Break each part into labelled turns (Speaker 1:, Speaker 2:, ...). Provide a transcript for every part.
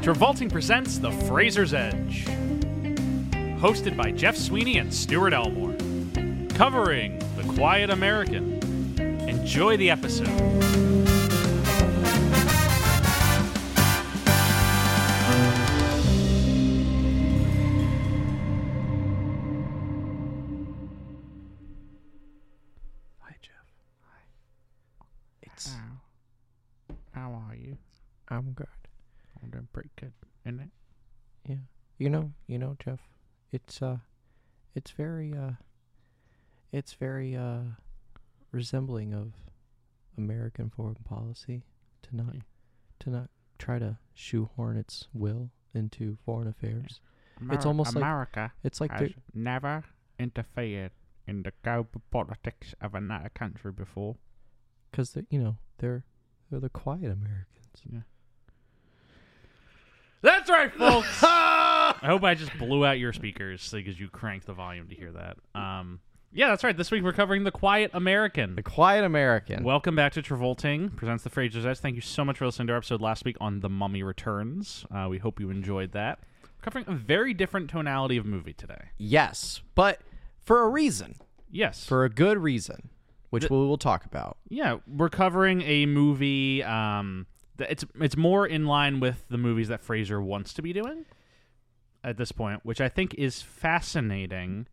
Speaker 1: Travolting presents The Fraser's Edge, hosted by Jeff Sweeney and Stuart Elmore, covering The Quiet American. Enjoy the episode.
Speaker 2: Hi, Jeff. It's
Speaker 3: Ow. How are you?
Speaker 2: I'm good.
Speaker 3: I'm doing pretty good, isn't it?
Speaker 2: Yeah, you know, you know, Jeff. It's uh, it's very uh, it's very uh, resembling of American foreign policy to not
Speaker 3: Yeah.
Speaker 2: to not try to shoehorn its will into foreign affairs. It's
Speaker 3: Ameri-
Speaker 2: almost like-
Speaker 3: America
Speaker 2: It's like
Speaker 3: has
Speaker 2: they're
Speaker 3: never interfered in the global politics of another country before.
Speaker 2: because you know they're they're the quiet Americans.
Speaker 1: That's right, folks. I hope I just blew out your speakers because you cranked the volume to hear that. Um, yeah, that's right. This week we're covering The Quiet American.
Speaker 2: The quiet American.
Speaker 1: Welcome back to Travolting presents the Fraser's Edge. Thank you so much for listening to our episode last week on The Mummy Returns. Uh, we hope you enjoyed that. We're covering a very different tonality of movie today.
Speaker 2: yes, but for a reason,
Speaker 1: Yes,
Speaker 2: for a good reason, which we will talk about.
Speaker 1: yeah, we're covering a movie. Um, that it's it's more in line with the movies that Fraser wants to be doing at this point, which I think is fascinating.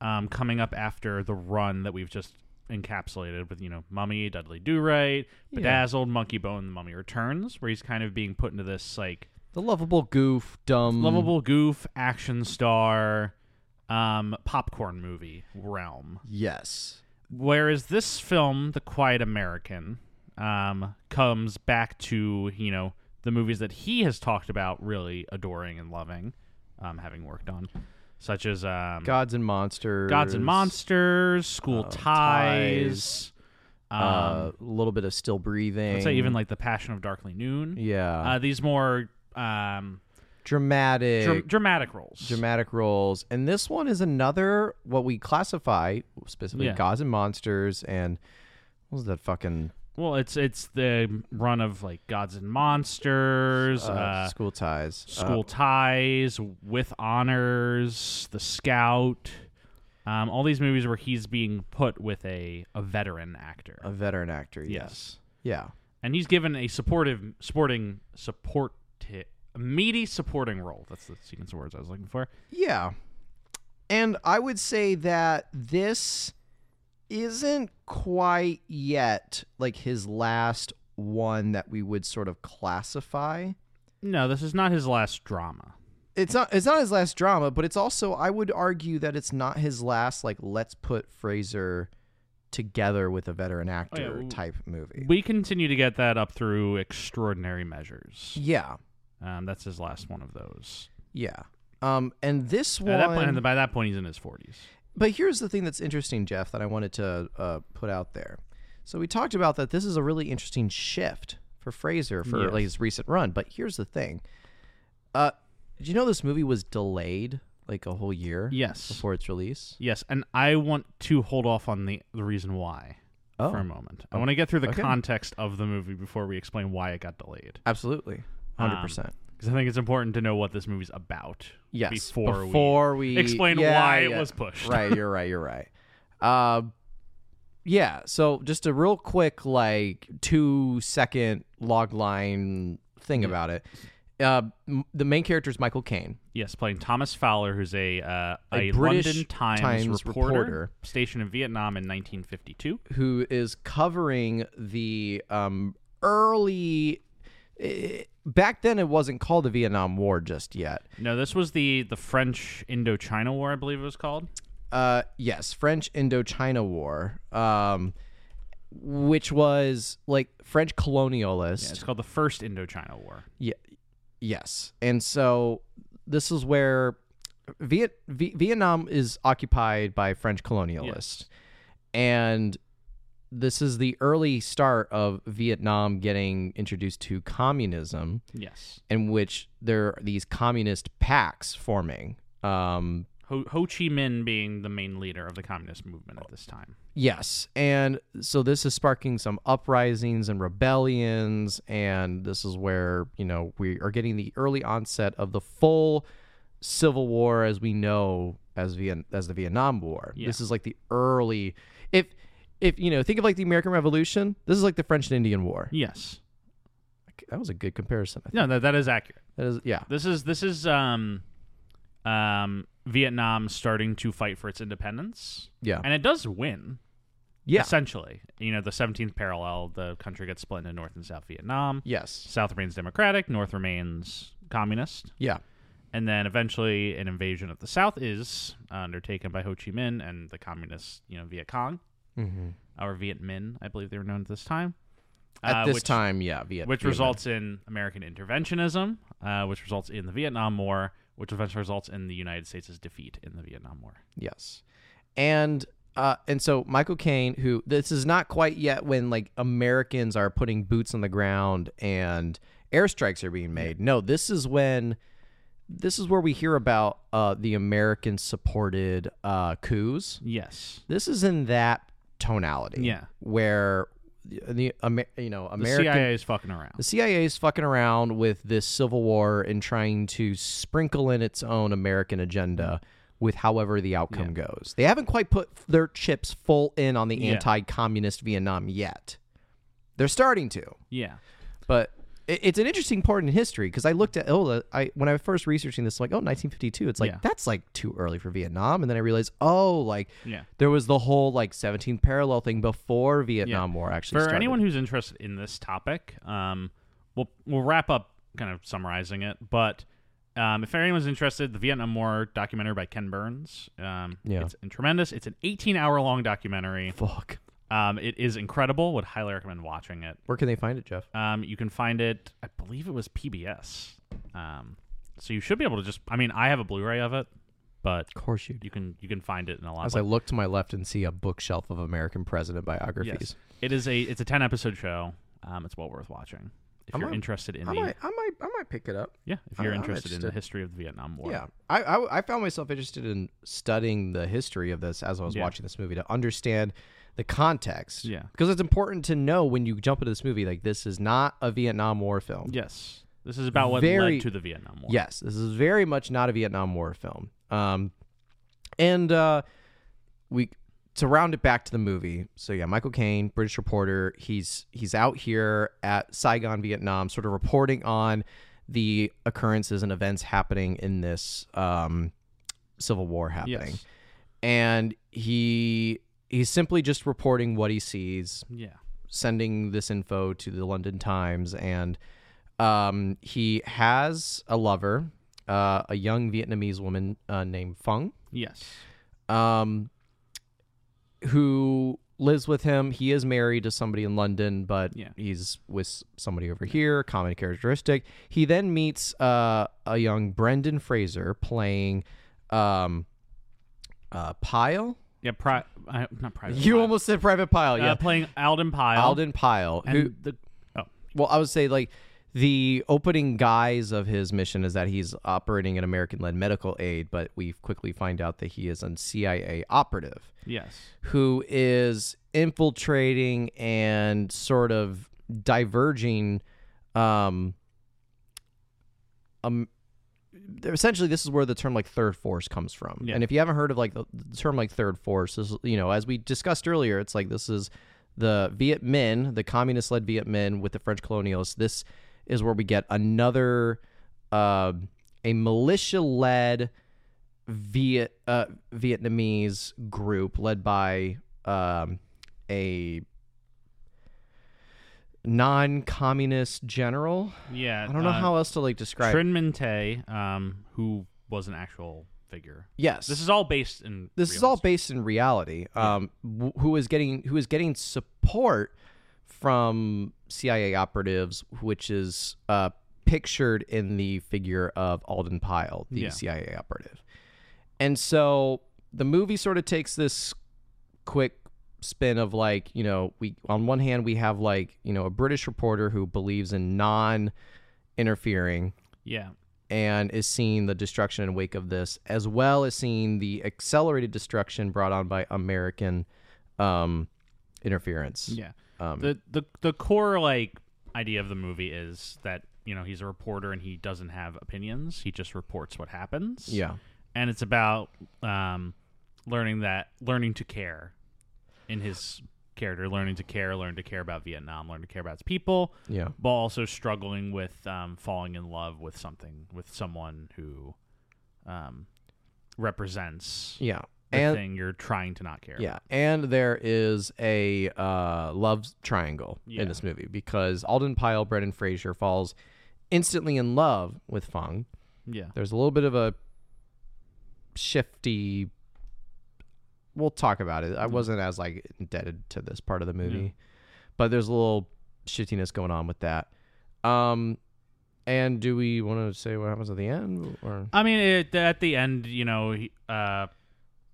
Speaker 1: Um, coming up after the run that we've just encapsulated with you know Mummy, Dudley Do Right,
Speaker 2: Yeah.
Speaker 1: Bedazzled, Monkey Bone, The Mummy Returns, where he's kind of being put into this like
Speaker 2: The lovable goof, dumb,
Speaker 1: lovable goof action star um popcorn movie realm
Speaker 2: Yes.
Speaker 1: whereas this film the quiet american um comes back to you know the movies that he has talked about really adoring and loving um having worked on such as um
Speaker 2: Gods and monsters.
Speaker 1: gods and monsters school
Speaker 2: uh,
Speaker 1: ties, um
Speaker 2: Uh, a little bit of still breathing.
Speaker 1: let's say even like the passion of darkly noon
Speaker 2: yeah,
Speaker 1: uh these more um
Speaker 2: dramatic,
Speaker 1: dra- dramatic roles
Speaker 2: dramatic roles. And this one is another what we classify specifically
Speaker 1: Yeah.
Speaker 2: gods and monsters and what was that fucking
Speaker 1: Well, it's it's the run of like Gods and Monsters,
Speaker 2: uh,
Speaker 1: uh,
Speaker 2: school ties. Uh,
Speaker 1: School Ties, With Honors, The Scout, um, all these movies where he's being put with a a veteran actor,
Speaker 2: a veteran actor. Uh, Yes.
Speaker 1: Yes.
Speaker 2: Yeah.
Speaker 1: and he's given a supportive, sporting, support, a meaty supporting role. That's the sequence of words I was looking for.
Speaker 2: Yeah. And I would say that this isn't quite yet like his last one that we would sort of classify.
Speaker 1: No, this is not his last drama.
Speaker 2: It's not it's not his last drama, but it's also I would argue that it's not his last like let's put Fraser together with a veteran
Speaker 1: Oh,
Speaker 2: actor
Speaker 1: we-
Speaker 2: type movie.
Speaker 1: We continue to get that up through Extraordinary Measures.
Speaker 2: yeah.
Speaker 1: Um, that's his last one of those.
Speaker 2: Yeah. Um and this one
Speaker 1: At that point, and by that point, he's in his forties.
Speaker 2: But here's the thing that's interesting, Jeff, that I wanted to uh, put out there. So we talked about that this is a really interesting shift for Fraser for
Speaker 1: Yes.
Speaker 2: like, his recent run. But here's the thing. Uh, did you know this movie was delayed like a whole year
Speaker 1: Yes.
Speaker 2: before its release?
Speaker 1: Yes, and I want to hold off on the, the reason why
Speaker 2: Oh.
Speaker 1: for a moment. I want to get through the
Speaker 2: okay.
Speaker 1: context of the movie before we explain why it got delayed.
Speaker 2: Absolutely.
Speaker 1: Um,
Speaker 2: 100%.
Speaker 1: Because I think it's important to know what this movie's about.
Speaker 2: yes.
Speaker 1: Before,
Speaker 2: we,
Speaker 1: explain
Speaker 2: Yeah,
Speaker 1: why it
Speaker 2: yeah.
Speaker 1: was pushed.
Speaker 2: right, you're right, you're right. Uh, yeah, so just a real quick, like two second log line thing about it. Uh, m- the main character is Michael Caine.
Speaker 1: Yes, playing Thomas Fowler, who's a, uh, a,
Speaker 2: A British
Speaker 1: London Times,
Speaker 2: Times
Speaker 1: reporter,
Speaker 2: reporter.
Speaker 1: stationed in Vietnam in 1952.
Speaker 2: who is covering the um, early. eh, back then, it wasn't called the Vietnam War just yet.
Speaker 1: No, this was the, the French Indochina War, I believe it was called.
Speaker 2: Uh, yes, French Indochina War, um, which was like French colonialist.
Speaker 1: It's called the First Indochina War.
Speaker 2: Yeah, yes, and so this is where Viet- v- Vietnam is occupied by French colonialists, and this is the early start of Vietnam getting introduced to communism.
Speaker 1: Yes.
Speaker 2: in which there are these communist pacts forming. Um,
Speaker 1: Ho, Ho Chi Minh being the main leader of the communist movement at this time.
Speaker 2: Yes. And so this is sparking some uprisings and rebellions. And this is where, you know, we are getting the early onset of the full civil war as we know as Vien- as the Vietnam War.
Speaker 1: Yeah.
Speaker 2: This is like the early if if you know, think of like the American Revolution, this is like the French and Indian War.
Speaker 1: Yes.
Speaker 2: That was a good comparison. I think.
Speaker 1: No, that, that is accurate.
Speaker 2: That is yeah.
Speaker 1: This is this is um, um, Vietnam starting to fight for its independence,
Speaker 2: Yeah.
Speaker 1: and it does win.
Speaker 2: yeah.
Speaker 1: Essentially, you know, the 17th parallel, the country gets split into North and South Vietnam.
Speaker 2: Yes.
Speaker 1: South remains democratic, North remains communist.
Speaker 2: Yeah.
Speaker 1: and then eventually an invasion of the South is undertaken by Ho Chi Minh and the communist, you know, Viet Cong
Speaker 2: Mm-hmm.
Speaker 1: or Viet Minh, I believe they were known at this time.
Speaker 2: At
Speaker 1: uh,
Speaker 2: this
Speaker 1: which,
Speaker 2: time, yeah, Viet-
Speaker 1: which
Speaker 2: Vietnam.
Speaker 1: results in American interventionism, uh, which results in the Vietnam War, which eventually results in the United States' defeat in the Vietnam War.
Speaker 2: Yes. And uh, and so Michael Caine, who this is not quite yet when like Americans are putting boots on the ground and airstrikes are being made. No, this is when this is where we hear about uh, the American supported uh, coups.
Speaker 1: Yes,
Speaker 2: This is in that tonality.
Speaker 1: Yeah.
Speaker 2: Where the Amer- you know
Speaker 1: the
Speaker 2: American
Speaker 1: CIA is fucking around.
Speaker 2: the CIA is fucking around with this civil war and trying to sprinkle in its own American agenda with however the outcome goes. They haven't quite put their chips full in on the
Speaker 1: Yeah.
Speaker 2: anti-communist Vietnam yet. They're starting to,
Speaker 1: Yeah,
Speaker 2: but it- it's an interesting part in history because I looked at oh, I when I was first researching this, like oh, 1952. It's like
Speaker 1: Yeah.
Speaker 2: that's like too early for Vietnam, and then I realized oh, like
Speaker 1: yeah.
Speaker 2: there was the whole like 17th parallel thing before Vietnam War actually.
Speaker 1: For
Speaker 2: started.
Speaker 1: anyone who's interested in this topic, um, we'll we'll wrap up kind of summarizing it. But um, if anyone's interested, the Vietnam War documentary by Ken Burns, um,
Speaker 2: Yeah.
Speaker 1: it's tremendous. It's an 18 hour long documentary.
Speaker 2: fuck,
Speaker 1: Um, it is incredible. Would highly recommend watching it.
Speaker 2: where can they find it, Jeff?
Speaker 1: Um, you can find it. I believe it was PBS. Um, so you should be able to just. I mean, I have a Blu-ray of it, but
Speaker 2: Of course you
Speaker 1: you can you can find it in a lot.
Speaker 2: As
Speaker 1: of
Speaker 2: I look to my left and see a bookshelf of American president biographies,
Speaker 1: yes, it is a it's a 10 episode show. Um, it's well worth watching if
Speaker 2: I
Speaker 1: you're
Speaker 2: might-
Speaker 1: interested in
Speaker 2: I
Speaker 1: the
Speaker 2: might, I might, I might pick it up.
Speaker 1: Yeah, if
Speaker 2: I'm-
Speaker 1: you're
Speaker 2: I'm
Speaker 1: interested, in the
Speaker 2: interested.
Speaker 1: history of the Vietnam War.
Speaker 2: Yeah, I, I, I found myself interested in studying the history of this as I was
Speaker 1: Yeah.
Speaker 2: watching this movie to understand the context.
Speaker 1: Yeah.
Speaker 2: because it's important to know when you jump into this movie, like this is not a Vietnam War film.
Speaker 1: Yes. This is about what
Speaker 2: Very-
Speaker 1: led to the Vietnam War.
Speaker 2: Yes, this is very much not a Vietnam War film. Um, and uh, we to round it back to the movie. So yeah, Michael Caine, British reporter, he's he's out here at Saigon, Vietnam, sort of reporting on the occurrences and events happening in this um, civil war happening.
Speaker 1: Yes.
Speaker 2: And he he's simply just reporting what he sees
Speaker 1: Yeah.
Speaker 2: sending this info to the London Times, and um, he has a lover, uh, a young Vietnamese woman uh, named Fung,
Speaker 1: Yes.
Speaker 2: um, who lives with him. He is married to somebody in London, but
Speaker 1: Yeah.
Speaker 2: he's with somebody over here. Common characteristic. He then meets uh, a young Brendan Fraser playing um, uh, Pyle.
Speaker 1: Yeah, pri- I, not private.
Speaker 2: You
Speaker 1: Pile.
Speaker 2: almost said Private Pyle,
Speaker 1: uh,
Speaker 2: yeah.
Speaker 1: playing Alden Pyle.
Speaker 2: Alden Pyle,
Speaker 1: and
Speaker 2: who
Speaker 1: the Oh,
Speaker 2: Well, I would say like the opening guise of his mission is that he's operating an American-led medical aid, but we quickly find out that he is a CIA operative
Speaker 1: yes.
Speaker 2: who is infiltrating and sort of diverging um um essentially this is where the term like third force comes from
Speaker 1: Yeah.
Speaker 2: and if you haven't heard of like the, the term like third force is you know as we discussed earlier it's like this is the viet minh the communist led viet minh with the french colonialists this is where we get another uh, a militia led Viet uh, Vietnamese group led by um, a non-communist general.
Speaker 1: Yeah.
Speaker 2: I don't know
Speaker 1: uh,
Speaker 2: how else to like describe.
Speaker 1: Trinh Minh Tay, um, who was an actual figure.
Speaker 2: yes,
Speaker 1: This is all based in
Speaker 2: this
Speaker 1: real
Speaker 2: is all
Speaker 1: history.
Speaker 2: based in reality. Um, wh- who is getting who is getting support from CIA operatives, which is uh, pictured in the figure of Alden Pyle, the
Speaker 1: Yeah.
Speaker 2: CIA operative. And so the movie sort of takes this quick spin of like you know we on one hand we have like you know a British reporter who believes in non interfering
Speaker 1: Yeah.
Speaker 2: and is seeing the destruction and wake of this, as well as seeing the accelerated destruction brought on by American um, interference.
Speaker 1: Yeah.
Speaker 2: Um,
Speaker 1: the the the core like idea of the movie is that you know he's a reporter and he doesn't have opinions. He just reports what happens.
Speaker 2: yeah.
Speaker 1: and it's about um, learning that learning to care in his character, learning to care, learn to care about Vietnam, learn to care about its people,
Speaker 2: Yeah.
Speaker 1: but also struggling with um, falling in love with something with someone who um, represents
Speaker 2: Yeah.
Speaker 1: the
Speaker 2: and
Speaker 1: thing you're trying to not care.
Speaker 2: Yeah, and there is a uh, love triangle
Speaker 1: Yeah.
Speaker 2: in this movie because Alden Pyle, Brendan Fraser falls instantly in love with Fung.
Speaker 1: about. yeah.
Speaker 2: There's a little bit of a shifty. We'll talk about it. I
Speaker 1: Mm-hmm.
Speaker 2: wasn't as like indebted to this part of the movie, but there's a little shiftiness going on with that. Um, and do we want to say what happens at the end? Or
Speaker 1: I mean, it, at the end, you know, he- uh,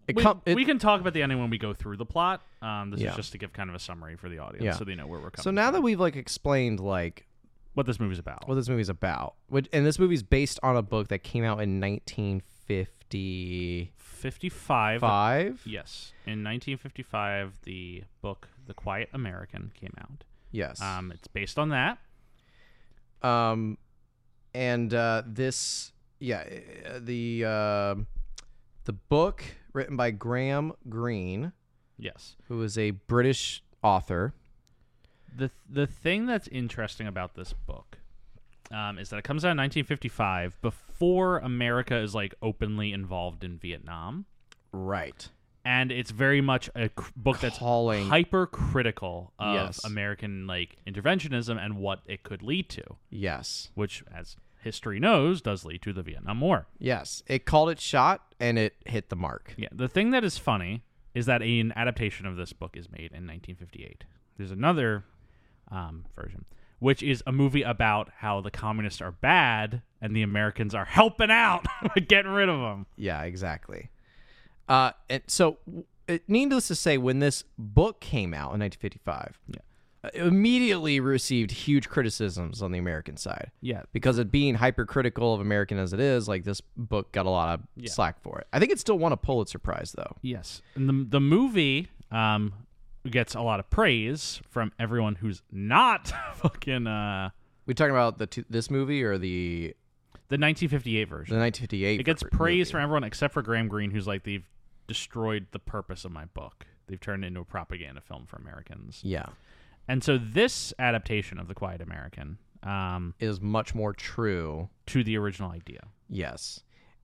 Speaker 2: it
Speaker 1: we,
Speaker 2: com- it-
Speaker 1: we can talk about the ending when we go through the plot. Um, this
Speaker 2: Yeah.
Speaker 1: is just to give kind of a summary for the audience,
Speaker 2: Yeah.
Speaker 1: so they know where we're coming.
Speaker 2: so now
Speaker 1: from.
Speaker 2: that we've like explained like
Speaker 1: what this movie's about,
Speaker 2: what this movie's about. Which and this movie's based on a book that came out in 1955.
Speaker 1: fifty-five. Yes, in 1955, the book *The Quiet American* came out.
Speaker 2: Yes. Um,
Speaker 1: Um, it's based on that.
Speaker 2: and uh, this yeah, uh, the uh, the book written by Graham Greene,
Speaker 1: Yes.
Speaker 2: who is a British author.
Speaker 1: the The thing that's interesting about this book um, is that it comes out in 1955, before America is like openly involved in Vietnam,
Speaker 2: Right.
Speaker 1: and it's very much a cr- book that's
Speaker 2: Calling
Speaker 1: hypercritical of
Speaker 2: Yes.
Speaker 1: American like interventionism and what it could lead to,
Speaker 2: yes.
Speaker 1: which, as history knows, does lead to the Vietnam War.
Speaker 2: Yes. It called it shot and it hit the mark.
Speaker 1: Yeah, the thing that is funny is that an adaptation of this book is made in 1958. There's another um, version, which is a movie about how the communists are bad and the Americans are helping out with getting rid of them.
Speaker 2: Yeah, exactly. Uh, and so, w- it, needless to say, when this book came out in 1955,
Speaker 1: Yeah.
Speaker 2: uh, it immediately received huge criticisms on the American side
Speaker 1: Yeah,
Speaker 2: because it being hypercritical of American as it is, like this book got a lot of slack for it. I think it still won a Pulitzer Prize though.
Speaker 1: yes. And the the movie um, gets a lot of praise from everyone who's not fucking uh,
Speaker 2: We talking about the two, this movie or the
Speaker 1: the 1958 version.
Speaker 2: the 1958?
Speaker 1: it gets
Speaker 2: ver-
Speaker 1: praise from
Speaker 2: movie?
Speaker 1: everyone except for Graham Greene, who's like they've destroyed the purpose of my book. They've turned it into a propaganda film for Americans.
Speaker 2: yeah,
Speaker 1: And so this adaptation of The Quiet American um,
Speaker 2: is much more true.
Speaker 1: to the original idea.
Speaker 2: Yes,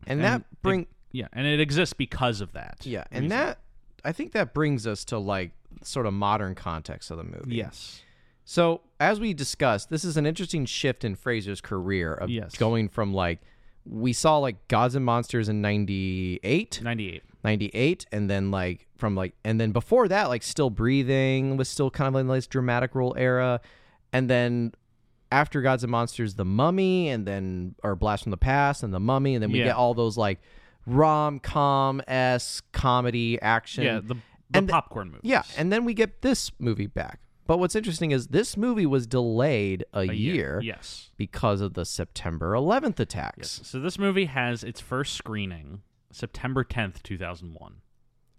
Speaker 2: and,
Speaker 1: And
Speaker 2: that bring
Speaker 1: it- yeah, and it exists because of that.
Speaker 2: yeah, and
Speaker 1: reason.
Speaker 2: that I think that brings us to like sort of modern context of the movie.
Speaker 1: yes.
Speaker 2: So, as we discussed, this is an interesting shift in Fraser's career of
Speaker 1: Yes.
Speaker 2: going from like we saw like Gods and Monsters in 98,
Speaker 1: 98.
Speaker 2: 98 and then like from like and then before that like Still Breathing was still kind of in this dramatic role era and then after Gods and Monsters The Mummy and then or Blast from the Past and The Mummy and then we
Speaker 1: Yeah.
Speaker 2: get all those like rom-com-esque comedy action
Speaker 1: Yeah, the, the
Speaker 2: and the-
Speaker 1: popcorn movie.
Speaker 2: yeah, and then we get this movie back. But what's interesting is this movie was delayed a, year,
Speaker 1: Yes.
Speaker 2: because of the September 11th attacks.
Speaker 1: So this movie has its first screening September 10th, 2001.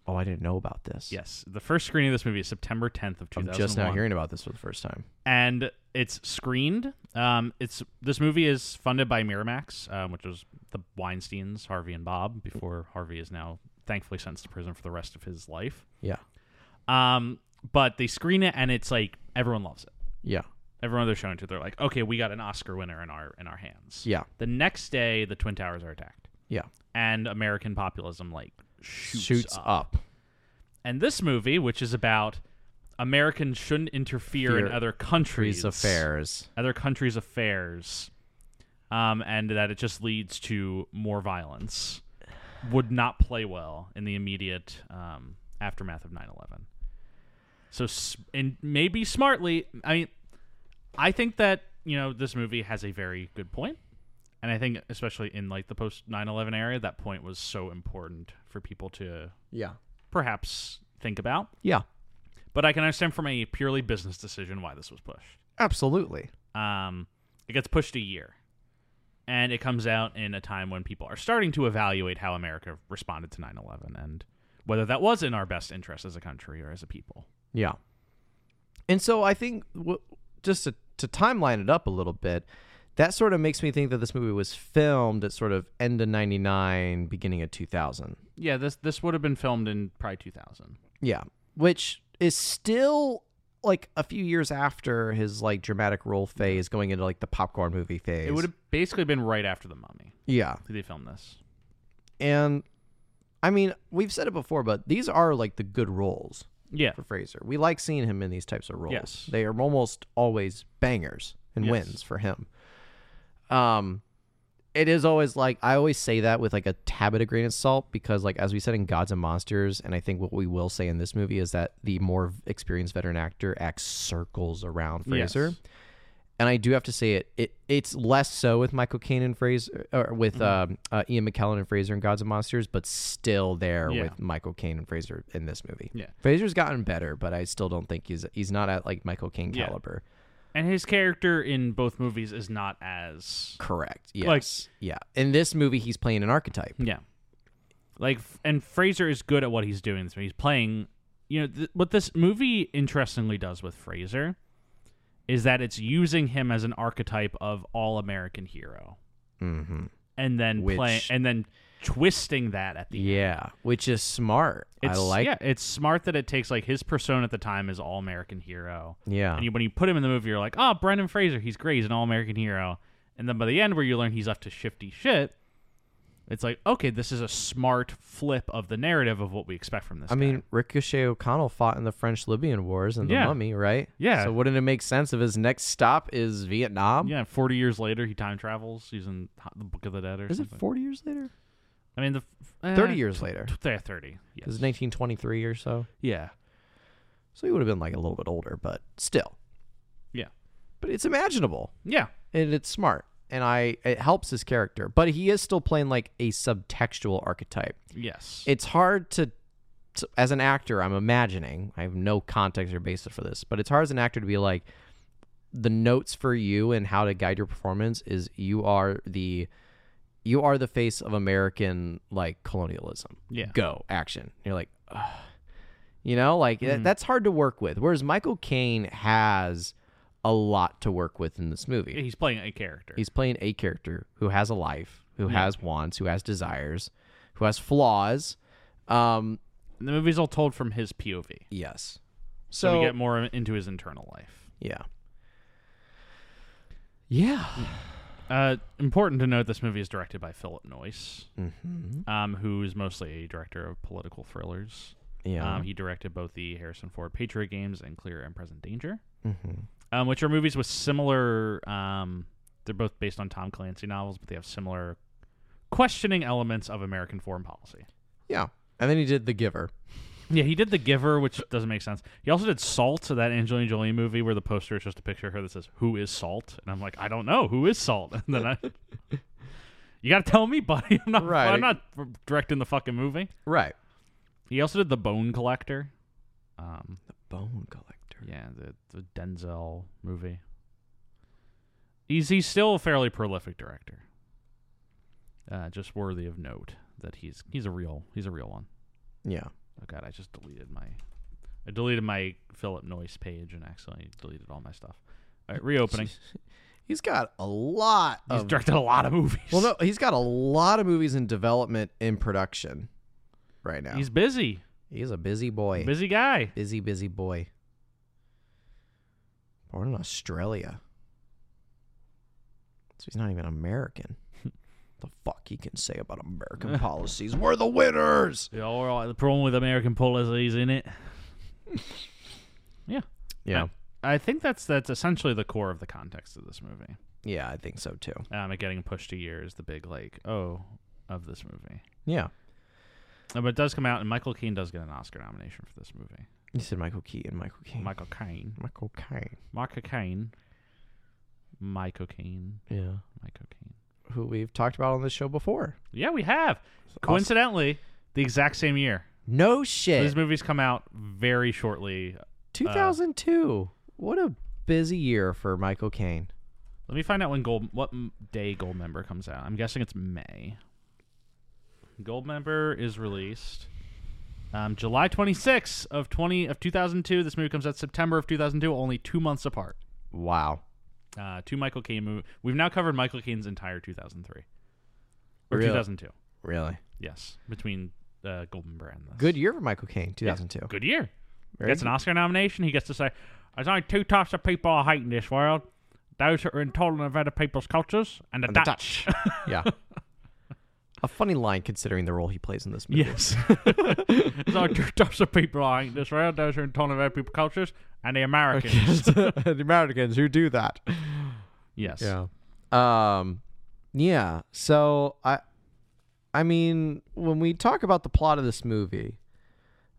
Speaker 2: Oh, I didn't know about this.
Speaker 1: Yes, the first screening of this movie is September 10th of
Speaker 2: I'm
Speaker 1: 2001.
Speaker 2: just now hearing about this for the first time.
Speaker 1: and it's screened. Um, it's this movie is funded by Miramax, um, which was the Weinstein's Harvey and Bob before Harvey is now thankfully sentenced to prison for the rest of his life.
Speaker 2: Yeah.
Speaker 1: Um, but they screen it, and it's like everyone loves it.
Speaker 2: Yeah.
Speaker 1: Everyone they're showing it to, they're like, okay, we got an Oscar winner in our in our hands.
Speaker 2: Yeah.
Speaker 1: The next day, the Twin Towers are attacked,
Speaker 2: Yeah.
Speaker 1: and American populism like shoots,
Speaker 2: Shoots
Speaker 1: up.
Speaker 2: up.
Speaker 1: And this movie, which is about Americans shouldn't interfere in
Speaker 2: Fear-
Speaker 1: other countries'
Speaker 2: Trees affairs.
Speaker 1: other countries' affairs, um, and that it just leads to more violence, would not play well in the immediate um, aftermath of 9 11. So, s- and maybe smartly, I mean, I think that, you know, this movie has a very good point, And I think, especially in like the post 9 11 area, that point was so important for people to
Speaker 2: Yeah.
Speaker 1: perhaps think about.
Speaker 2: Yeah.
Speaker 1: But I can understand from a purely business decision why this was pushed
Speaker 2: Absolutely.
Speaker 1: um, it gets pushed a year. and it comes out in a time when people are starting to evaluate how America responded to 9/11 and whether that was in our best interest as a country or as a people.
Speaker 2: Yeah. And so I think w- just to, to timeline it up a little bit, that sort of makes me think that this movie was filmed at sort of end of 99, beginning of 2000.
Speaker 1: Yeah, this this would have been filmed in probably 2000.
Speaker 2: Yeah. Which is still like a few years after his like dramatic role phase going into like the popcorn movie phase.
Speaker 1: It would have basically been right after the Mummy.
Speaker 2: Yeah.
Speaker 1: that They filmed this.
Speaker 2: And I mean, we've said it before, but these are like the good roles
Speaker 1: Yeah,
Speaker 2: for Fraser. We like seeing him in these types of roles.
Speaker 1: Yes.
Speaker 2: They are almost always bangers and
Speaker 1: Yes.
Speaker 2: wins for him. Um it is always like I always say that with like a tab of a grain of salt because like as we said in Gods and Monsters, and I think what we will say in this movie is that the more experienced veteran actor acts circles around
Speaker 1: Yes.
Speaker 2: Fraser. And I do have to say it, it it's less so with Michael Caine and Fraser, or with
Speaker 1: Mm-hmm.
Speaker 2: um, uh, Ian McKellen and Fraser in Gods and Monsters, but still there
Speaker 1: Yeah.
Speaker 2: with Michael Caine and Fraser in this movie.
Speaker 1: Yeah.
Speaker 2: Fraser's gotten better, but I still don't think he's he's not at like Michael Caine
Speaker 1: Yeah.
Speaker 2: caliber.
Speaker 1: and his character in both movies is not as
Speaker 2: Correct. Yes.
Speaker 1: Like-
Speaker 2: yeah. In this movie, he's playing an archetype.
Speaker 1: Yeah. Like, f- and Fraser is good at what he's doing. So he's playing, you know, th- what this movie interestingly does with Fraser is that it's using him as an archetype of all American hero,
Speaker 2: Mm-hmm.
Speaker 1: and then
Speaker 2: Which-
Speaker 1: playing and then twisting that at the end.
Speaker 2: Yeah, which is smart.
Speaker 1: It's,
Speaker 2: I like.
Speaker 1: yeah, it's smart that it takes like his persona at the time is all American hero,
Speaker 2: Yeah.
Speaker 1: and you, when you put him in the movie, you're like, oh, Brendan Fraser, he's great, he's an all American hero, and then by the end, where you learn he's up to shifty shit, it's like, okay, this is a smart flip of the narrative of what we expect from this.
Speaker 2: I
Speaker 1: guy.
Speaker 2: mean, Ricochet O'Connell fought in the French Libyan Wars and the
Speaker 1: Yeah.
Speaker 2: Mummy, right?
Speaker 1: Yeah.
Speaker 2: So wouldn't it make sense if his next stop is Vietnam?
Speaker 1: yeah, forty years later, he time travels using the Book of the Dead or
Speaker 2: Is it
Speaker 1: something.
Speaker 2: 40 years later?
Speaker 1: I mean, the f- eh,
Speaker 2: 30 years later.
Speaker 1: t- yeah, thirty.
Speaker 2: It was
Speaker 1: Yes.
Speaker 2: 1923 or so.
Speaker 1: Yeah,
Speaker 2: So he would have been like a little bit older, but still.
Speaker 1: Yeah.
Speaker 2: But it's imaginable.
Speaker 1: yeah,
Speaker 2: and it's smart and i it helps his character but he is still playing like a subtextual archetype
Speaker 1: yes.
Speaker 2: it's hard to, to as an actor i'm imagining i have no context or basis for this but it's hard as an actor to be like the notes for you and how to guide your performance is you are the you are the face of american like colonialism
Speaker 1: Yeah.
Speaker 2: go action And you're like "Ugh." you know like that- that's hard to work with whereas michael caine has a lot to work with in this movie
Speaker 1: he's playing a character.
Speaker 2: He's playing a character who has a life, who has wants, who has desires, who has flaws. Um,
Speaker 1: and the movie's all told from his POV,
Speaker 2: yes.
Speaker 1: so,
Speaker 2: So
Speaker 1: we get more into his internal life.
Speaker 2: yeah, yeah,
Speaker 1: Uh, important to note, this movie is directed by Philip Noyce,
Speaker 2: mm-hmm.
Speaker 1: um, who's mostly a director of political thrillers.
Speaker 2: yeah.
Speaker 1: Um, he directed both the Harrison Ford Patriot Games and Clear and Present Danger,
Speaker 2: mm-hmm.
Speaker 1: um, which are movies with similar. Um, they're both based on Tom Clancy novels, but they have similar questioning elements of American foreign policy.
Speaker 2: yeah. And then he did The Giver.
Speaker 1: Yeah, he did The Giver, which doesn't make sense. He also did Salt, that Angelina Jolie movie where the poster is just a picture of her that says, Who is Salt? And I'm like, I don't know. Who is Salt? And then I. You gotta tell me, buddy. I'm not.
Speaker 2: Right.
Speaker 1: I'm not directing the fucking movie.
Speaker 2: Right.
Speaker 1: He also did the Bone Collector. Um,
Speaker 2: The Bone Collector.
Speaker 1: yeah, the the Denzel movie. He's he's still a fairly prolific director. Uh, just worthy of note that he's he's a real he's a real one.
Speaker 2: Yeah.
Speaker 1: Oh god, I just deleted my I deleted my Philip Noyce page and accidentally deleted all my stuff. All right, reopening.
Speaker 2: He's got a lot
Speaker 1: He's
Speaker 2: of.
Speaker 1: directed a lot of movies.
Speaker 2: Um, well, no, he's got a lot of movies in development in production right now.
Speaker 1: he's busy.
Speaker 2: he's a busy boy.
Speaker 1: Busy guy.
Speaker 2: Busy, busy boy. Born in Australia. So he's not even American. the fuck he can say about American policies? We're the winners.
Speaker 1: Yeah, all right. The problem with American policies in it. yeah.
Speaker 2: Yeah.
Speaker 1: I think that's that's essentially the core of the context of this movie.
Speaker 2: Yeah, I think so too.
Speaker 1: Um, it getting pushed a year is the big like oh of this movie.
Speaker 2: Yeah.
Speaker 1: Uh, but it does come out, and Michael Caine does get an Oscar nomination for this movie.
Speaker 2: You said Michael Keaton, Michael Keaton.
Speaker 1: Michael Caine,
Speaker 2: Michael Caine.
Speaker 1: Michael Caine, Michael Caine,
Speaker 2: Yeah.
Speaker 1: Michael Caine.
Speaker 2: Who we've talked about on this show before.
Speaker 1: Yeah, we have. Coincidentally, the exact same year.
Speaker 2: No
Speaker 1: These
Speaker 2: shit.
Speaker 1: movies come out very
Speaker 2: uh,
Speaker 1: shortly.
Speaker 2: 2002. what a busy year for Michael Caine.
Speaker 1: Let me find out when gold what m- day gold member comes out. I'm guessing it's May. Gold member is released um, July 26th of 20 of 2002. This movie comes out September of 2002, only 2 months apart.
Speaker 2: Wow.
Speaker 1: Uh, two Michael Caine movies. We've now covered Michael Caine's entire 2003 or
Speaker 2: Really?
Speaker 1: 2002.
Speaker 2: Really?
Speaker 1: Yes, between uh, Gold member and this.
Speaker 2: Good year for Michael Caine, 2002.
Speaker 1: Good year.
Speaker 2: Very
Speaker 1: gets an Oscar nomination. He gets to say, "There's only two types of people I hate in this world: those who are intolerant of other people's cultures, and the
Speaker 2: And the
Speaker 1: Dutch."
Speaker 2: Yeah. A funny line considering the role he plays in this movie.
Speaker 1: yes. There's only two types of people I hate in this world: those who are intolerant of other people's cultures, and the Americans.
Speaker 2: the Americans who do that.
Speaker 1: Yes.
Speaker 2: Yeah. Um yeah, so I I mean, when we talk about the plot of this movie,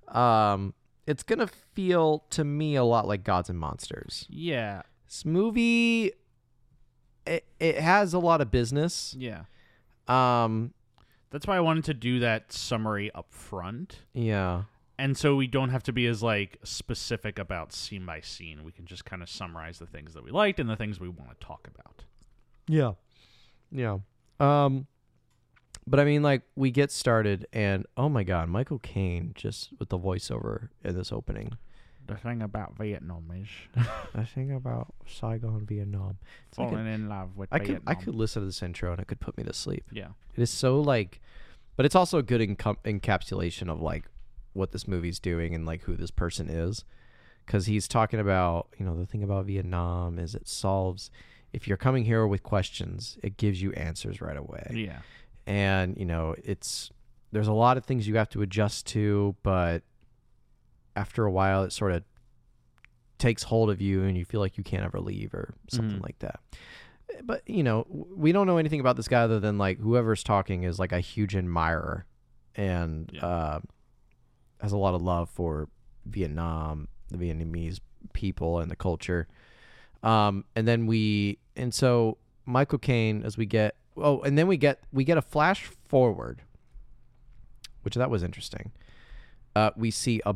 Speaker 2: um it's going to feel to me a lot like Gods and Monsters.
Speaker 1: Yeah.
Speaker 2: This movie it, it has a lot of business.
Speaker 1: Yeah.
Speaker 2: Um
Speaker 1: That's why I wanted to do that summary up front.
Speaker 2: yeah.
Speaker 1: And so we don't have to be as like specific about scene by scene. We can just kind of summarize the things that we liked and the things we want to talk about.
Speaker 2: Yeah. Yeah. Um but I mean like we get started and oh my god, Michael Caine just with the voiceover in this opening.
Speaker 3: The thing about Vietnam is
Speaker 2: I think about Saigon, Vietnam. It's like a-
Speaker 3: falling in love with
Speaker 2: I could
Speaker 3: Vietnam.
Speaker 2: I could listen to this intro and it could put me to sleep.
Speaker 1: Yeah.
Speaker 2: It is so like but it's also a good encom- encapsulation of like what this movie's doing and like who this person is cuz he's talking about, you know, the thing about Vietnam is it solves if you're coming here with questions, it gives you answers right away
Speaker 1: Yeah.
Speaker 2: and you know it's there's a lot of things you have to adjust to but after a while it sort of takes hold of you and you feel like you can't ever leave or something
Speaker 1: Mhm.
Speaker 2: like that but you know w- we don't know anything about this guy other than like whoever's talking is like a huge admirer and
Speaker 1: Yeah.
Speaker 2: uh, has a lot of love for vietnam the vietnamese people and the culture um, and then we and so Michael Caine as we get oh and then we get we get a flash forward, which that was interesting. Uh, we see a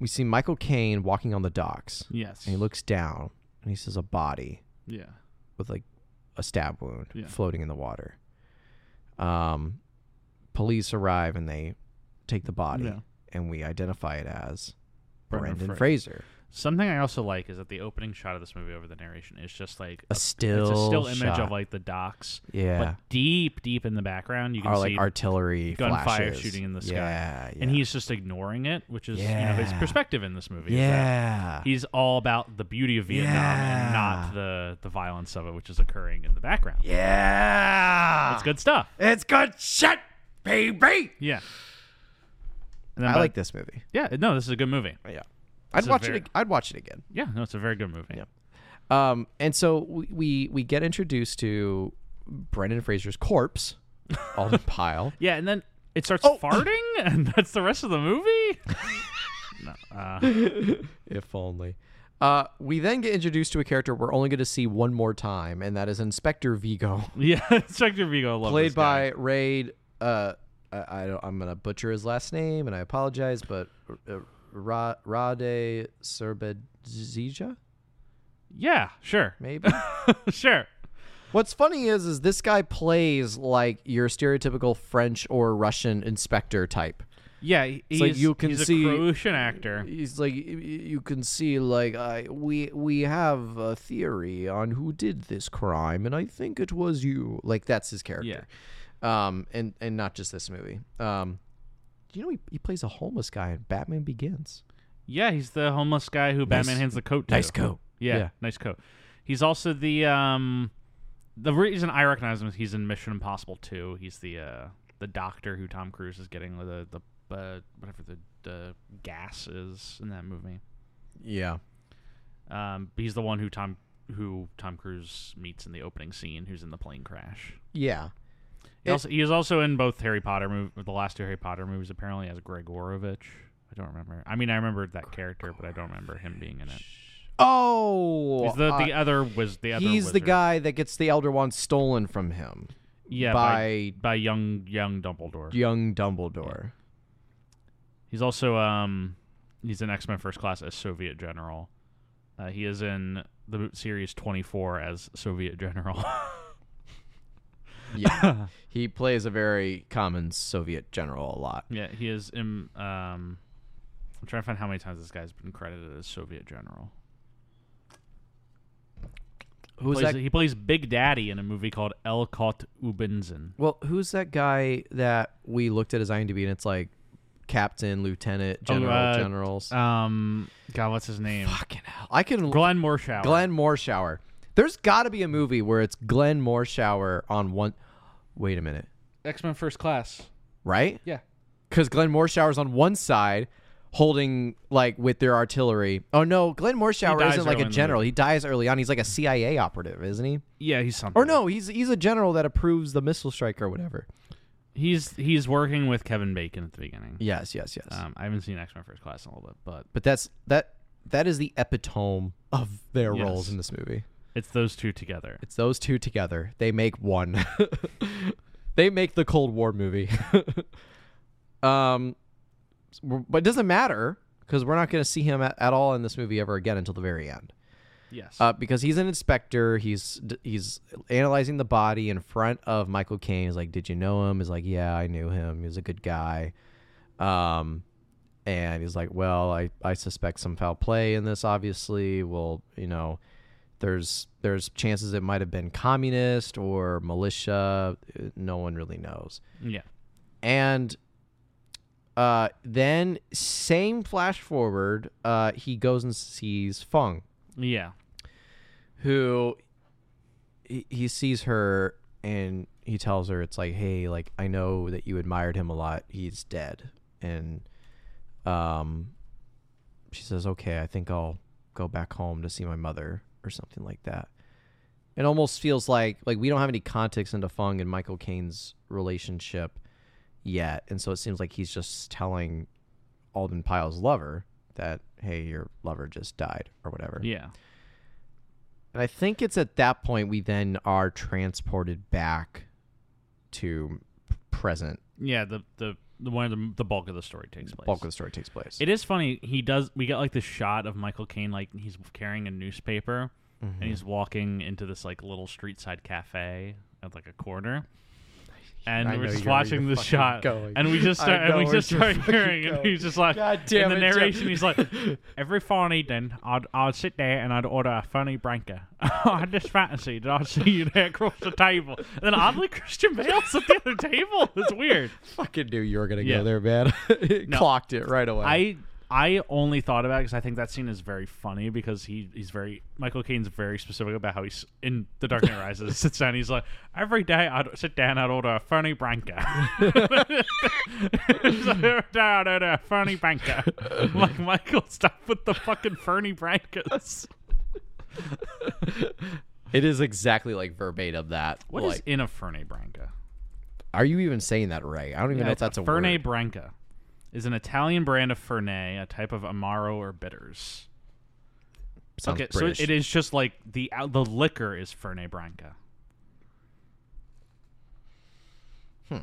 Speaker 2: we see Michael Caine walking on the docks
Speaker 1: Yes.
Speaker 2: and he looks down and he sees a body
Speaker 1: Yeah.
Speaker 2: with like a stab wound
Speaker 1: Yeah.
Speaker 2: floating in the water. Um, police arrive and they take the body
Speaker 1: Yeah.
Speaker 2: and we identify it as
Speaker 1: Brendan
Speaker 2: Brendan,
Speaker 1: Fra-
Speaker 2: Fraser.
Speaker 1: Something I also like is that the opening shot of this movie over the narration is just like
Speaker 2: A still
Speaker 1: it's a still image
Speaker 2: shot.
Speaker 1: of like the docks.
Speaker 2: yeah.
Speaker 1: But deep, deep in the background you can
Speaker 2: Or
Speaker 1: see
Speaker 2: like artillery
Speaker 1: gunfire
Speaker 2: flashes.
Speaker 1: shooting in the sky.
Speaker 2: Yeah, yeah.
Speaker 1: and he's just ignoring it, which is you know his
Speaker 2: Yeah.
Speaker 1: perspective in this movie. is that
Speaker 2: yeah.
Speaker 1: he's all about the beauty of Vietnam and not
Speaker 2: Yeah.
Speaker 1: the the violence of it, which is occurring in the background.
Speaker 2: yeah.
Speaker 1: It's good stuff.
Speaker 2: It's good shit, baby.
Speaker 1: Yeah. And then
Speaker 2: I
Speaker 1: by-
Speaker 2: like this movie.
Speaker 1: Yeah, no, this is a good movie.
Speaker 2: Yeah.
Speaker 1: It's
Speaker 2: I'd
Speaker 1: a
Speaker 2: watch
Speaker 1: very-
Speaker 2: it. ag- I'd watch it again.
Speaker 1: Yeah, no, it's a very good movie.
Speaker 2: Yeah. Um, and so we, we we get introduced to Brendan Fraser's corpse, all in a pile.
Speaker 1: Yeah, and then it starts
Speaker 2: Oh!
Speaker 1: farting, and that's the rest of the movie. no, uh,
Speaker 2: If only. Uh, we then get introduced to a character we're only going to see one more time, and that is Inspector Vigo,
Speaker 1: yeah, Inspector Vigo. I Love
Speaker 2: played
Speaker 1: this guy.
Speaker 2: by Raid. Uh, I, I don't, I'm going to butcher his last name, and I apologize, but uh, Ra, Rade Serbedzija,
Speaker 1: Yeah, sure,
Speaker 2: maybe.
Speaker 1: sure.
Speaker 2: What's funny is, is this guy plays like your stereotypical French or Russian inspector type.
Speaker 1: Yeah, he- he's,
Speaker 2: like you can
Speaker 1: he's
Speaker 2: see-
Speaker 1: a Croatian actor.
Speaker 2: He's like, y- y- you can see, like, I we we have a theory on who did this crime, and I think it was you. Like that's his character. Um, and and not just this movie. Um, do you know he, he plays a homeless guy in Batman Begins?
Speaker 1: Yeah, he's the homeless guy who Batman hands the coat to.
Speaker 2: coat.
Speaker 1: Yeah,
Speaker 2: Yeah.
Speaker 1: nice coat. He's also the um, the reason I recognize him is he's in Mission Impossible 2. He's the uh, the doctor who Tom Cruise is getting the the uh, whatever the, the gas is in that movie.
Speaker 2: Yeah.
Speaker 1: Um, he's the one who Tom who Tom Cruise meets in the opening scene, who's in the plane crash.
Speaker 2: Yeah.
Speaker 1: He,
Speaker 2: It-
Speaker 1: also, he is also in both Harry Potter mov the last two Harry Potter movies, apparently as Gregorovich. I don't remember. I mean, I remember that character, but I don't remember him being in it.
Speaker 2: Oh,
Speaker 1: He's the,
Speaker 2: uh,
Speaker 1: the other was the other.
Speaker 2: he's the
Speaker 1: wizard.
Speaker 2: guy that gets the Elder Wand stolen from him.
Speaker 1: Yeah,
Speaker 2: by-
Speaker 1: by young young Dumbledore.
Speaker 2: young Dumbledore.
Speaker 1: He's also um, he's in X Men First Class as Soviet general. Uh, he is in the series 24 as Soviet general.
Speaker 2: Yeah. he plays a very common Soviet general a lot.
Speaker 1: yeah, he is. Im, um, I'm trying to find how many times this guy's been credited as Soviet general.
Speaker 2: Who's
Speaker 1: Plays-
Speaker 2: that?
Speaker 1: He plays Big Daddy in a movie called El Kot Ubinzin.
Speaker 2: Well, who's that guy that we looked at his IMDb and it's like captain, lieutenant, general,
Speaker 1: uh,
Speaker 2: generals.
Speaker 1: Um, God, what's his name?
Speaker 2: Fucking hell! I can
Speaker 1: Glenn Morshower.
Speaker 2: Glenn Morshower. There's got to be a movie where it's Glenn Morshower on one. Wait a minute,
Speaker 1: X Men First Class.
Speaker 2: right?
Speaker 1: Yeah.
Speaker 2: Because Glenn Morshower's on one side, holding like with their artillery. Oh no, Glenn Morshower
Speaker 1: dies
Speaker 2: isn't like
Speaker 1: early
Speaker 2: a
Speaker 1: in the
Speaker 2: general.
Speaker 1: movie.
Speaker 2: He dies early on. He's like a CIA operative, isn't he?
Speaker 1: Yeah, he's something.
Speaker 2: Or no, he's he's a general that approves the missile strike or whatever.
Speaker 1: he's he's working with Kevin Bacon at the beginning.
Speaker 2: Yes, yes, yes.
Speaker 1: Um, I haven't seen X Men First Class in a little bit, but
Speaker 2: but that's that that is the epitome of their
Speaker 1: Yes.
Speaker 2: roles in this movie.
Speaker 1: it's those two together.
Speaker 2: It's those two together. They make one. they make the Cold War movie. um, s- we're- but it doesn't matter because we're not going to see him at, at all in this movie ever again until the very end.
Speaker 1: Yes.
Speaker 2: Uh, because he's an inspector. He's d- he's analyzing the body in front of Michael Caine. He's like, "Did you know him?" He's like, "Yeah, I knew him. He was a good guy." Um, and he's like, "Well, I I suspect some foul play in this. Obviously, well, you know, there's there's chances it might have been communist or militia. Uh, No one really knows."
Speaker 1: yeah.
Speaker 2: And uh, then same flash forward, uh, he goes and sees Fung
Speaker 1: Yeah.
Speaker 2: who he, he sees her and he tells her it's like hey like i know that you admired him a lot he's dead and um she says okay i think i'll go back home to see my mother or something like that it almost feels like like we don't have any context into fung and michael caine's relationship yet and so it seems like he's just telling alden pyle's lover that hey your lover just died or whatever
Speaker 1: Yeah.
Speaker 2: and I think it's at that point we then are transported back to present.
Speaker 1: Yeah. The the the one of the, the bulk of the story takes place.
Speaker 2: Bulk of the story takes place.
Speaker 1: It is funny. He does. We get like the shot of Michael Caine, like he's carrying a newspaper,
Speaker 2: Mm-hmm.
Speaker 1: and he's walking into this like little street side cafe at like a corner. And
Speaker 2: I
Speaker 1: we're
Speaker 2: know
Speaker 1: just
Speaker 2: you're-
Speaker 1: watching
Speaker 2: you're
Speaker 1: this
Speaker 2: fucking
Speaker 1: shot,
Speaker 2: going.
Speaker 1: and we just
Speaker 2: I
Speaker 1: start, and
Speaker 2: know
Speaker 1: we
Speaker 2: where
Speaker 1: just
Speaker 2: you're
Speaker 1: start
Speaker 2: fucking
Speaker 1: hearing, and
Speaker 2: going.
Speaker 1: he's just like,
Speaker 2: God damn
Speaker 1: in the
Speaker 2: it, Jeff.
Speaker 1: narration, he's like, every fine evening, I'd I'd sit there and I'd order a funny branca. I had this fantasy that I'd see you there across the table, and then oddly Christian Bale's at the other table. It's weird.
Speaker 2: fucking knew you were gonna
Speaker 1: Yeah.
Speaker 2: go there, man. It
Speaker 1: No.
Speaker 2: Clocked it right away.
Speaker 1: I I only thought about it because I think that scene is very funny because he he's very Michael Caine's very specific about how he's in The Dark Knight Rises sits down he's like every day I'd sit down I'd order a funny branca He's like, every day I'd order a funny branca I'm like Michael stop with the fucking ferny brancas
Speaker 2: it is exactly like verbatim that.
Speaker 1: What is
Speaker 2: like,
Speaker 1: in a ferny branca
Speaker 2: are you even saying that right? I don't even know if that's a,
Speaker 1: Fernet
Speaker 2: word.
Speaker 1: Branca is an Italian brand of Fernet, a type of Amaro or bitters.
Speaker 2: Sounds
Speaker 1: okay,
Speaker 2: British.
Speaker 1: so it is just like the out- the liquor is Fernet Branca.
Speaker 2: Hmm.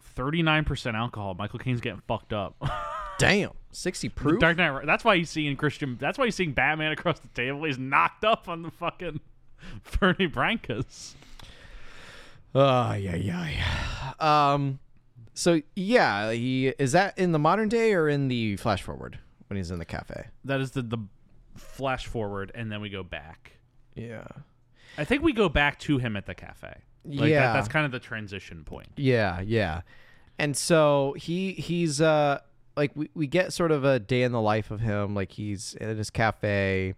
Speaker 1: Thirty nine percent alcohol. Michael Caine's getting fucked up.
Speaker 2: Damn, sixty proof.
Speaker 1: Dark Knight. Ri- That's why he's seeing Christian. That's why he's seeing Batman across the table. He's knocked up on the fucking Fernie Brancas.
Speaker 2: Oh yeah, yeah, yeah. Um, so yeah, he is that in the modern day or in the flash forward when he's in the cafe?
Speaker 1: That is the the flash forward, and then we go back.
Speaker 2: Yeah.
Speaker 1: I think we go back to him at the cafe. Like
Speaker 2: Yeah.
Speaker 1: that, that's kind of the transition point.
Speaker 2: Yeah, yeah. And so he he's uh like we, we get sort of a day in the life of him. Like he's in his cafe.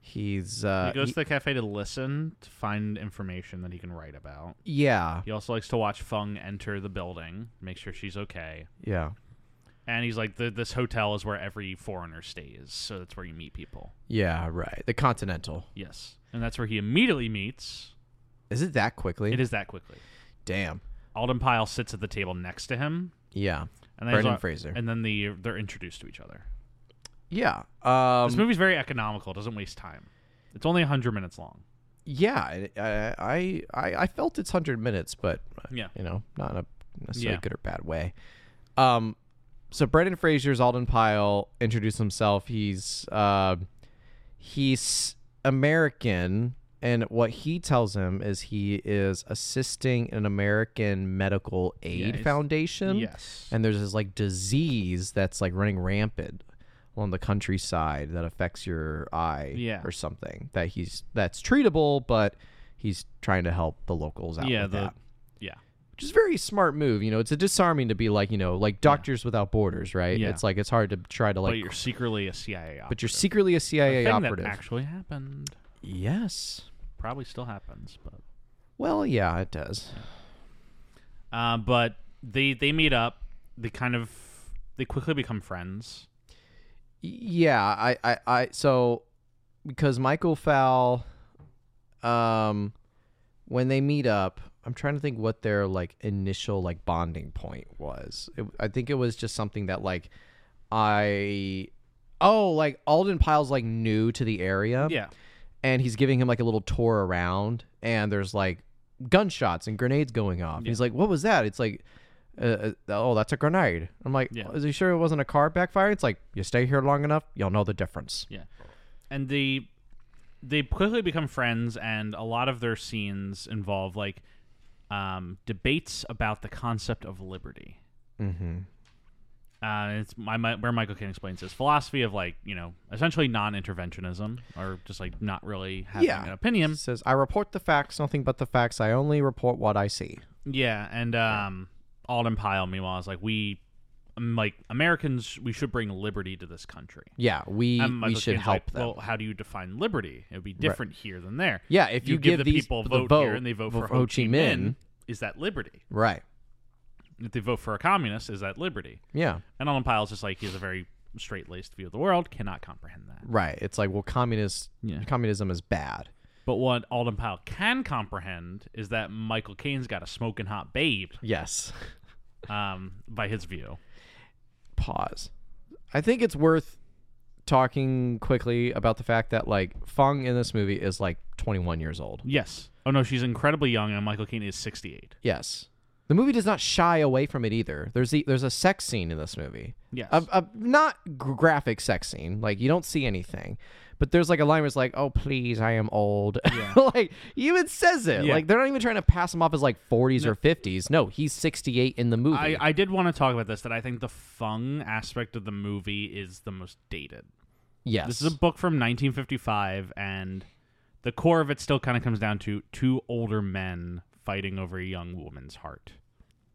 Speaker 2: He's uh
Speaker 1: He goes
Speaker 2: he-
Speaker 1: to the cafe to listen, to find information that he can write about.
Speaker 2: yeah,
Speaker 1: He also likes to watch Fung enter the building, make sure she's okay.
Speaker 2: yeah.
Speaker 1: And he's like, "Th- "This hotel is where every foreigner stays, so that's where you meet people."
Speaker 2: Yeah, right. The Continental.
Speaker 1: Yes, and that's where he immediately meets.
Speaker 2: Is it that quickly?
Speaker 1: It is that quickly.
Speaker 2: Damn.
Speaker 1: Alden Pyle sits at the table next to him,
Speaker 2: Yeah.
Speaker 1: and then he's
Speaker 2: Brendan
Speaker 1: like-
Speaker 2: Fraser.
Speaker 1: and then the they're introduced to each other.
Speaker 2: Yeah.
Speaker 1: this
Speaker 2: Um
Speaker 1: movie's very economical; it doesn't waste time. It's only hundred minutes long.
Speaker 2: yeah, uh, I I I, I felt it's 100 minutes, but
Speaker 1: Yeah.
Speaker 2: you know, not in a necessarily
Speaker 1: Yeah.
Speaker 2: good or bad way. Um, so Brendan Fraser's Alden Pyle introduced himself. He's uh, he's American, and what he tells him is he is assisting an American medical aid
Speaker 1: he's-
Speaker 2: foundation.
Speaker 1: Yes.
Speaker 2: And there's this like disease that's like running rampant on the countryside that affects your eye
Speaker 1: Yeah.
Speaker 2: or something that he's that's treatable, but he's trying to help the locals out.
Speaker 1: yeah.
Speaker 2: with
Speaker 1: the
Speaker 2: that.
Speaker 1: yeah.
Speaker 2: which is a very smart move. You know, it's a disarming to be like you know like Doctors Without Borders, right?
Speaker 1: Yeah.
Speaker 2: It's like it's hard to try to like,
Speaker 1: but you're secretly a CIA operative.
Speaker 2: but you're secretly a CIA
Speaker 1: thing
Speaker 2: operative.
Speaker 1: that actually happened.
Speaker 2: yes.
Speaker 1: Probably still happens, but
Speaker 2: Well, yeah, it does.
Speaker 1: Um, but they they meet up. They kind of they quickly become friends.
Speaker 2: Yeah, I, I, I so because Michael Fowl, um, when they meet up, I'm trying to think what their like initial like bonding point was. It, I think it was just something that like I, oh, like Alden Pyle's like new to the area,
Speaker 1: Yeah,
Speaker 2: and he's giving him like a little tour around, and there's like gunshots and grenades going off. He's like, "What was that?" It's like, uh, uh, "Oh, that's a grenade." I'm like,
Speaker 1: Yeah.
Speaker 2: "Is he sure it wasn't a car backfire?" It's like, "You stay here long enough, you'll know the difference."
Speaker 1: yeah. And they they quickly become friends, and a lot of their scenes involve like um, debates about the concept of liberty.
Speaker 2: Mm-hmm.
Speaker 1: Uh, it's my, my, where Michael Caine explains his philosophy of like you know essentially non-interventionism or just like not really having
Speaker 2: Yeah.
Speaker 1: an opinion.
Speaker 2: He says, "I report the facts, nothing but the facts. I only report what I see."
Speaker 1: Yeah, and um, Alden Pyle, meanwhile, is like we, um, like Americans, we should bring liberty to this country.
Speaker 2: Yeah, we
Speaker 1: And
Speaker 2: we
Speaker 1: Michael
Speaker 2: should
Speaker 1: Caine's
Speaker 2: help
Speaker 1: like,
Speaker 2: them.
Speaker 1: Well, how do you define liberty? It would be different here than there.
Speaker 2: yeah, if you,
Speaker 1: give, the
Speaker 2: these
Speaker 1: people
Speaker 2: the
Speaker 1: vote, here and they vote for Ho Chi Minh, is that liberty?
Speaker 2: right?
Speaker 1: If they vote for a communist, is that liberty?
Speaker 2: Yeah,
Speaker 1: And Alden Pyle's just like he has a very straight-laced view of the world, cannot comprehend that.
Speaker 2: right. It's like, well, communist
Speaker 1: Yeah.
Speaker 2: communism is bad.
Speaker 1: But what Alden Pyle can comprehend is that Michael Caine's got a smoking hot babe,
Speaker 2: Yes.
Speaker 1: um, by his view.
Speaker 2: pause. I think it's worth talking quickly about the fact that like Fung in this movie is like 21 years old.
Speaker 1: Yes. Oh no, she's incredibly young, and Michael Caine is sixty-eight.
Speaker 2: Yes. The movie does not shy away from it either. There's the, there's a sex scene in this movie.
Speaker 1: Yes.
Speaker 2: A, a not gr- graphic sex scene. Like you don't see anything. But there's like a line where it's like, "Oh please, I am old." like he even says it.
Speaker 1: Yeah.
Speaker 2: Like they're not even trying to pass him off as like 40s or 50s. No, he's 68 in the movie.
Speaker 1: I, I did want to talk about this that I think the Fung aspect of the movie is the most dated.
Speaker 2: yes.
Speaker 1: This is a book from 1955, and the core of it still kind of comes down to two older men fighting over a young woman's heart.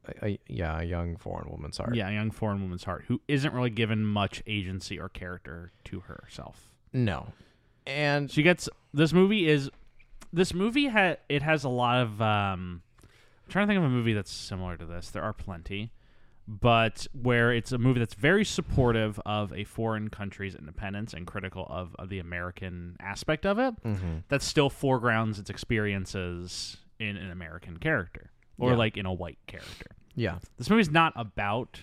Speaker 2: a, a- yeah, a young foreign woman, sorry.
Speaker 1: Yeah, a young foreign woman's heart who isn't really given much agency or character to herself.
Speaker 2: No. And
Speaker 1: She gets this movie is this movie ha it has a lot of um I'm trying to think of a movie that's similar to this. There are plenty. But where it's a movie that's very supportive of a foreign country's independence and critical of, of the American aspect of it,
Speaker 2: Mm-hmm.
Speaker 1: that still foregrounds its experiences in an American character or
Speaker 2: Yeah.
Speaker 1: like in a white character.
Speaker 2: Yeah.
Speaker 1: This movie's not about.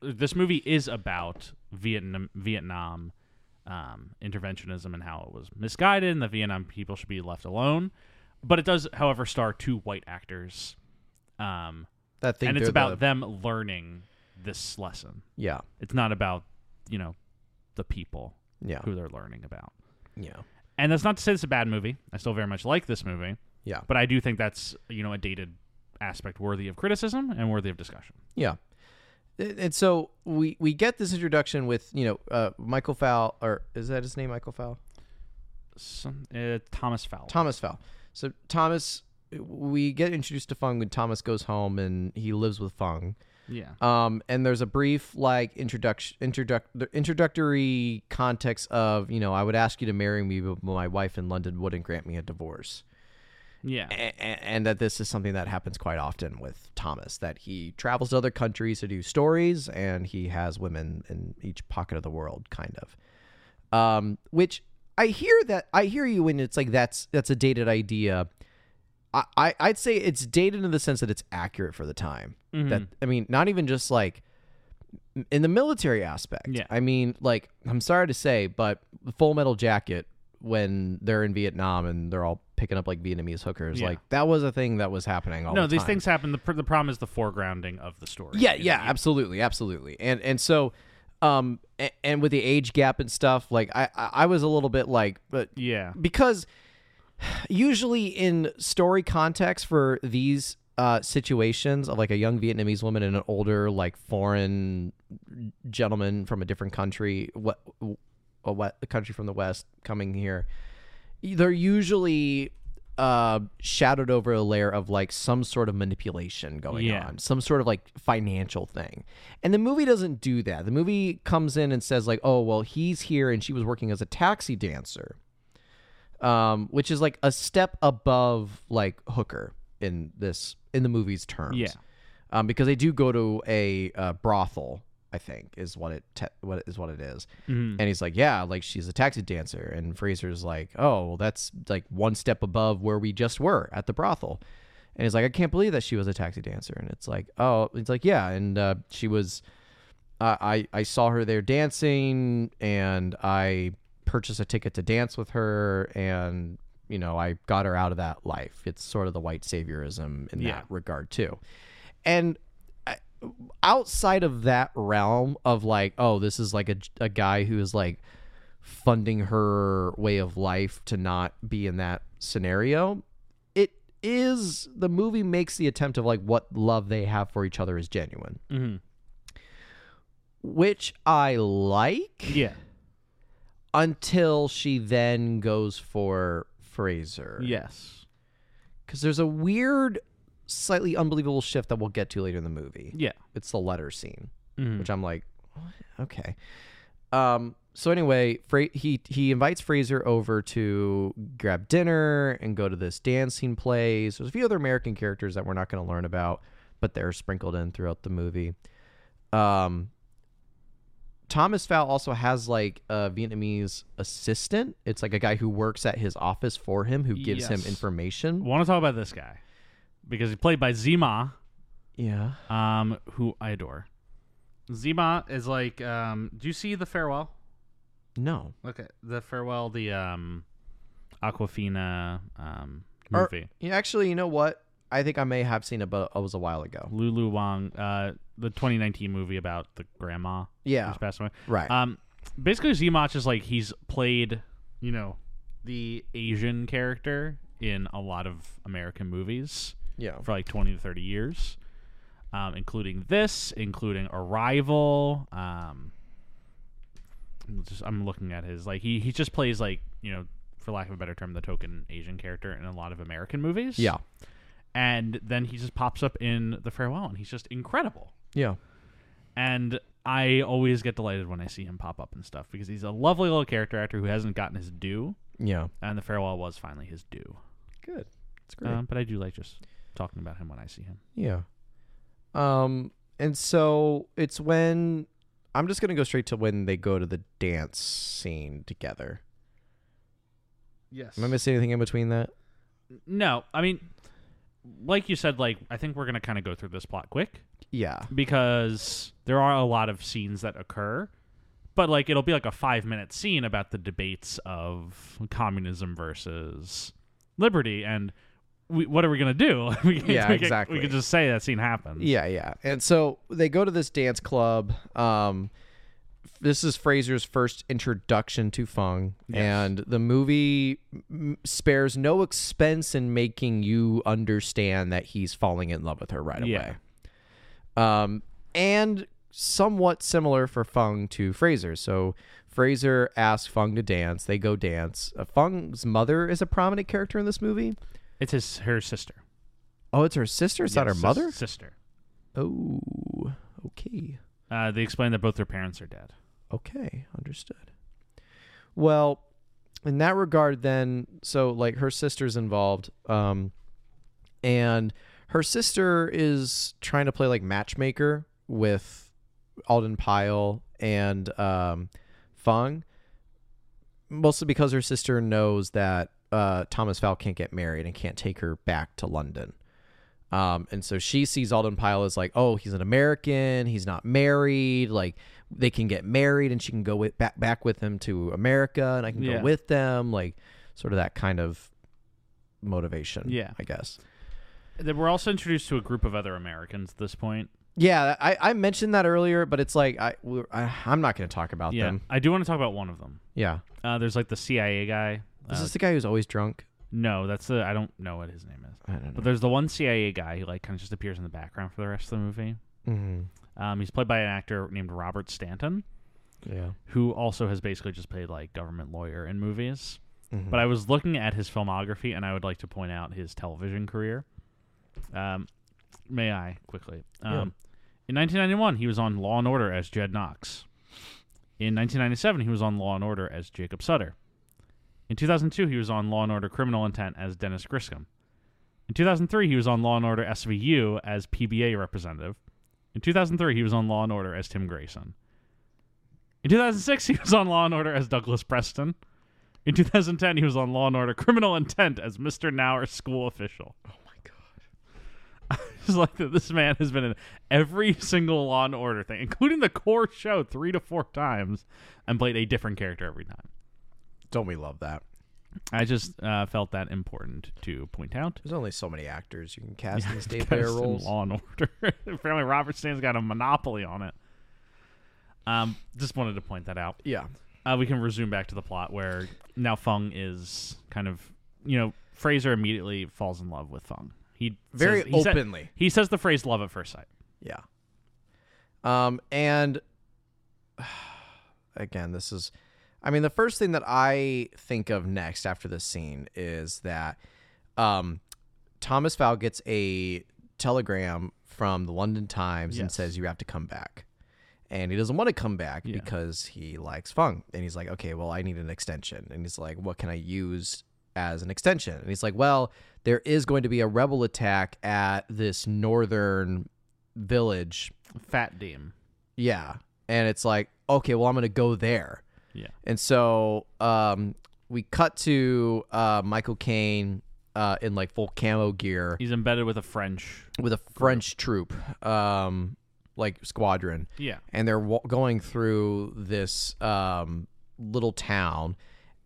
Speaker 1: This movie is about Vietnam, Vietnam um, interventionism and how it was misguided, and the Vietnam people should be left alone. But it does, however, star two white actors, um,
Speaker 2: That thing
Speaker 1: and it's
Speaker 2: they're
Speaker 1: about
Speaker 2: the-
Speaker 1: them learning this lesson.
Speaker 2: Yeah.
Speaker 1: It's not about you know the people
Speaker 2: Yeah.
Speaker 1: who they're learning about.
Speaker 2: Yeah.
Speaker 1: And that's not to say it's a bad movie. I still very much like this movie,
Speaker 2: Yeah.
Speaker 1: but I do think that's you know a dated aspect worthy of criticism and worthy of discussion.
Speaker 2: Yeah. And and so we we get this introduction with, you know, uh, Michael Fowl or is that his name Michael Fowl?
Speaker 1: Some, uh, Thomas Fowler.
Speaker 2: Thomas Fowl. So Thomas we get introduced to Fung when Thomas goes home and he lives with Fung.
Speaker 1: Yeah.
Speaker 2: Um, and there's a brief like introduction, introduct, introductory context of you know I would ask you to marry me, but my wife in London wouldn't grant me a divorce.
Speaker 1: Yeah.
Speaker 2: and, and that this is something that happens quite often with Thomas that he travels to other countries to do stories and he has women in each pocket of the world kind of um which I hear that I hear you and it's like that's that's a dated idea I, I I'd say it's dated in the sense that it's accurate for the time
Speaker 1: Mm-hmm.
Speaker 2: that I mean not even just like in the military aspect
Speaker 1: Yeah.
Speaker 2: I mean like I'm sorry to say but Full Metal Jacket when they're in Vietnam and they're all picking up like Vietnamese hookers.
Speaker 1: Yeah.
Speaker 2: Like that was a thing that was happening all
Speaker 1: No,
Speaker 2: the
Speaker 1: these
Speaker 2: time.
Speaker 1: things happen. The, pr- the problem is the foregrounding of the story.
Speaker 2: Yeah,
Speaker 1: You know,
Speaker 2: yeah, absolutely, absolutely. And and so Um, a- and with the age gap and stuff, like I, I I was a little bit like, but
Speaker 1: Yeah.
Speaker 2: because usually in story context for these uh, situations of like a young Vietnamese woman and an older like foreign gentleman from a different country, what a what a country from the west coming here, they're usually uh, shadowed over a layer of like some sort of manipulation going
Speaker 1: Yeah.
Speaker 2: on, some sort of like financial thing, and the movie doesn't do that. The movie comes in and says like, oh well, he's here and she was working as a taxi dancer um, which is like a step above like hooker in this in the movie's terms.
Speaker 1: Yeah.
Speaker 2: um, because they do go to a uh, brothel. I think is what it te- what it- is what it is.
Speaker 1: Mhm.
Speaker 2: And he's like, yeah, like she's a taxi dancer, and Fraser's like, oh, well, that's like one step above where we just were at the brothel. And he's like, I can't believe that she was a taxi dancer. And it's like, oh, it's like, yeah, and uh, she was I I I saw her there dancing, and I purchased a ticket to dance with her, and you know I got her out of that life. It's sort of the white saviorism in
Speaker 1: Yeah.
Speaker 2: that regard too, and I- outside of that realm of like, oh, this is like a a guy who is like funding her way of life to not be in that scenario. It is the movie makes the attempt of like what love they have for each other is genuine
Speaker 1: Mhm.
Speaker 2: which I like
Speaker 1: Yeah.
Speaker 2: until she then goes for Fraser.
Speaker 1: Yes.
Speaker 2: Because there's a weird, slightly unbelievable shift that we'll get to later in the movie.
Speaker 1: Yeah.
Speaker 2: It's the letter scene,
Speaker 1: Mhm.
Speaker 2: which I'm like, what? okay. Um. So anyway, Fra- he he invites Fraser over to grab dinner and go to this dancing place. There's a few other American characters that we're not going to learn about, but they're sprinkled in throughout the movie. Um, Thomas Fow also has like a Vietnamese assistant. It's like a guy who works at his office for him who gives him
Speaker 1: Yes.
Speaker 2: information.
Speaker 1: want to Mm-hmm. talk about this guy because he's played by Zima,
Speaker 2: Yeah.
Speaker 1: um, who I adore. Zima is like, um, do you see the farewell?
Speaker 2: No.
Speaker 1: Look at the farewell, the um, Aquafina um,
Speaker 2: Or-
Speaker 1: movie.
Speaker 2: Yeah, actually, you know what? I think I may have seen it, but it was a while ago.
Speaker 1: Lulu Wang, uh, the 2019 movie about the grandma
Speaker 2: Yeah. Uh,
Speaker 1: who's passed away.
Speaker 2: Right.
Speaker 1: Um, basically, Zimach is like he's played, you know, the Asian character in a lot of American movies.
Speaker 2: yeah.
Speaker 1: for like 20 to 30 years, um, including this, including Arrival. Um, I'm just, I'm looking at his like he he just plays like you know for lack of a better term the token Asian character in a lot of American movies.
Speaker 2: Yeah.
Speaker 1: and then he just pops up in The Farewell, and he's just incredible.
Speaker 2: Yeah.
Speaker 1: And I always get delighted when I see him pop up and stuff because he's a lovely little character actor who hasn't gotten his due,
Speaker 2: Yeah.
Speaker 1: and The Farewell was finally his due.
Speaker 2: Good. It's great.
Speaker 1: Um, but I do like just talking about him when I see him.
Speaker 2: Yeah. Um, and so it's when I'm just gonna go straight to when they go to the dance scene together.
Speaker 1: Yes,
Speaker 2: Am I missing anything in between that?
Speaker 1: No, I mean, like you said, like I think we're gonna kind of go through this plot quick
Speaker 2: Yeah.
Speaker 1: because there are a lot of scenes that occur, but like it'll be like a five minute scene about the debates of communism versus liberty, and we, what are we gonna do? we can,
Speaker 2: Yeah,
Speaker 1: we can-
Speaker 2: exactly.
Speaker 1: We can just say that scene happens.
Speaker 2: Yeah, yeah. And so they go to this dance club. Um, this is Fraser's first introduction to Fung, and the movie m- spares no expense in making you understand that he's falling in love with her right
Speaker 1: Yeah.
Speaker 2: away. Um, and somewhat similar for Fung to Fraser. So Fraser asks Fung to dance. They go dance. Uh, Fung's mother is a prominent character in this movie.
Speaker 1: it's his her sister.
Speaker 2: Oh, it's her sister. It's not her
Speaker 1: Yes, sis-
Speaker 2: mother.
Speaker 1: Sister.
Speaker 2: Oh, okay.
Speaker 1: Uh, they explain that both their parents are dead.
Speaker 2: Okay, understood. Well, in that regard, then, so like her sister's involved, um, and her sister is trying to play like matchmaker with Alden Pyle and um, Fung, mostly because her sister knows that uh, Thomas Fowl can't get married and can't take her back to London. Um, and so she sees Alden Pyle as like, oh, he's an American. He's not married. Like they can get married, and she can go with, back back with him to America, and I can
Speaker 1: Yeah.
Speaker 2: go with them. Like sort of that kind of motivation.
Speaker 1: Yeah.
Speaker 2: I guess.
Speaker 1: Then we're also introduced to a group of other Americans at this point.
Speaker 2: Yeah, I, I mentioned that earlier, but it's like I, we're, I I'm not going to talk about
Speaker 1: Yeah,
Speaker 2: them.
Speaker 1: I do want to talk about one of them.
Speaker 2: Yeah,
Speaker 1: Uh, there's like the CIA guy.
Speaker 2: is
Speaker 1: Uh,
Speaker 2: this the guy who's always drunk?
Speaker 1: no, that's the I don't know what his name is.
Speaker 2: I don't
Speaker 1: But
Speaker 2: know.
Speaker 1: there's the one CIA guy who like kind of just appears in the background for the rest of the movie.
Speaker 2: Mhm.
Speaker 1: Um, he's played by an actor named Robert Stanton,
Speaker 2: Yeah,
Speaker 1: who also has basically just played like government lawyer in movies.
Speaker 2: Mhm.
Speaker 1: But I was looking at his filmography, and I would like to point out his television career. Um, may I quickly? Um,
Speaker 2: Yeah.
Speaker 1: In 1991, he was on Law and Order as Jed Knox. In 1997, he was on Law and Order as Jacob Sutter. In 2002, he was on Law and Order: Criminal Intent as Dennis Griscom. In 2003, he was on Law and Order SVU as PBA representative. In 2003, he was on Law and Order as Tim Grayson. In 2006, he was on Law and Order as Douglas Preston. In 2010, he was on Law and Order: Criminal Intent as Mr. Nauer school official. Oh my god! It's like that. This man has been in every single Law and Order thing, including the core show, three to four times, and played a different character every time.
Speaker 2: don't we love that?
Speaker 1: I just uh, felt that important to point out.
Speaker 2: There's only so many actors you can cast in these day
Speaker 1: Because
Speaker 2: player
Speaker 1: in
Speaker 2: roles.
Speaker 1: Law and Order. Apparently, Robert Stan's got a monopoly on it. Um, just wanted to point that out.
Speaker 2: Yeah,
Speaker 1: Uh, we can resume back to the plot where now Fung is kind of, you know, Fraser immediately falls in love with Fung. He
Speaker 2: Very
Speaker 1: says, he said-
Speaker 2: openly.
Speaker 1: he says the phrase "love at first sight."
Speaker 2: yeah. Um, and again, this is, I mean, the first thing that I think of next after this scene is that, um, Thomas Fowl gets a telegram from the London Times and
Speaker 1: Yes.
Speaker 2: says you have to come back. And he doesn't want to come back
Speaker 1: Yeah.
Speaker 2: because he likes Fung. And he's like, okay, well, I need an extension. And he's like, what can I use as an extension? And he's like, well, there is going to be a rebel attack at this northern village.
Speaker 1: Fat Deem.
Speaker 2: Yeah. And it's like, okay, well, I'm going to go there.
Speaker 1: Yeah.
Speaker 2: And so um, we cut to uh, Michael Caine uh, in like full camo gear
Speaker 1: He's embedded with a French.
Speaker 2: with a French troop, um, like squadron,
Speaker 1: Yeah.
Speaker 2: and they're wa- going through this um, little town.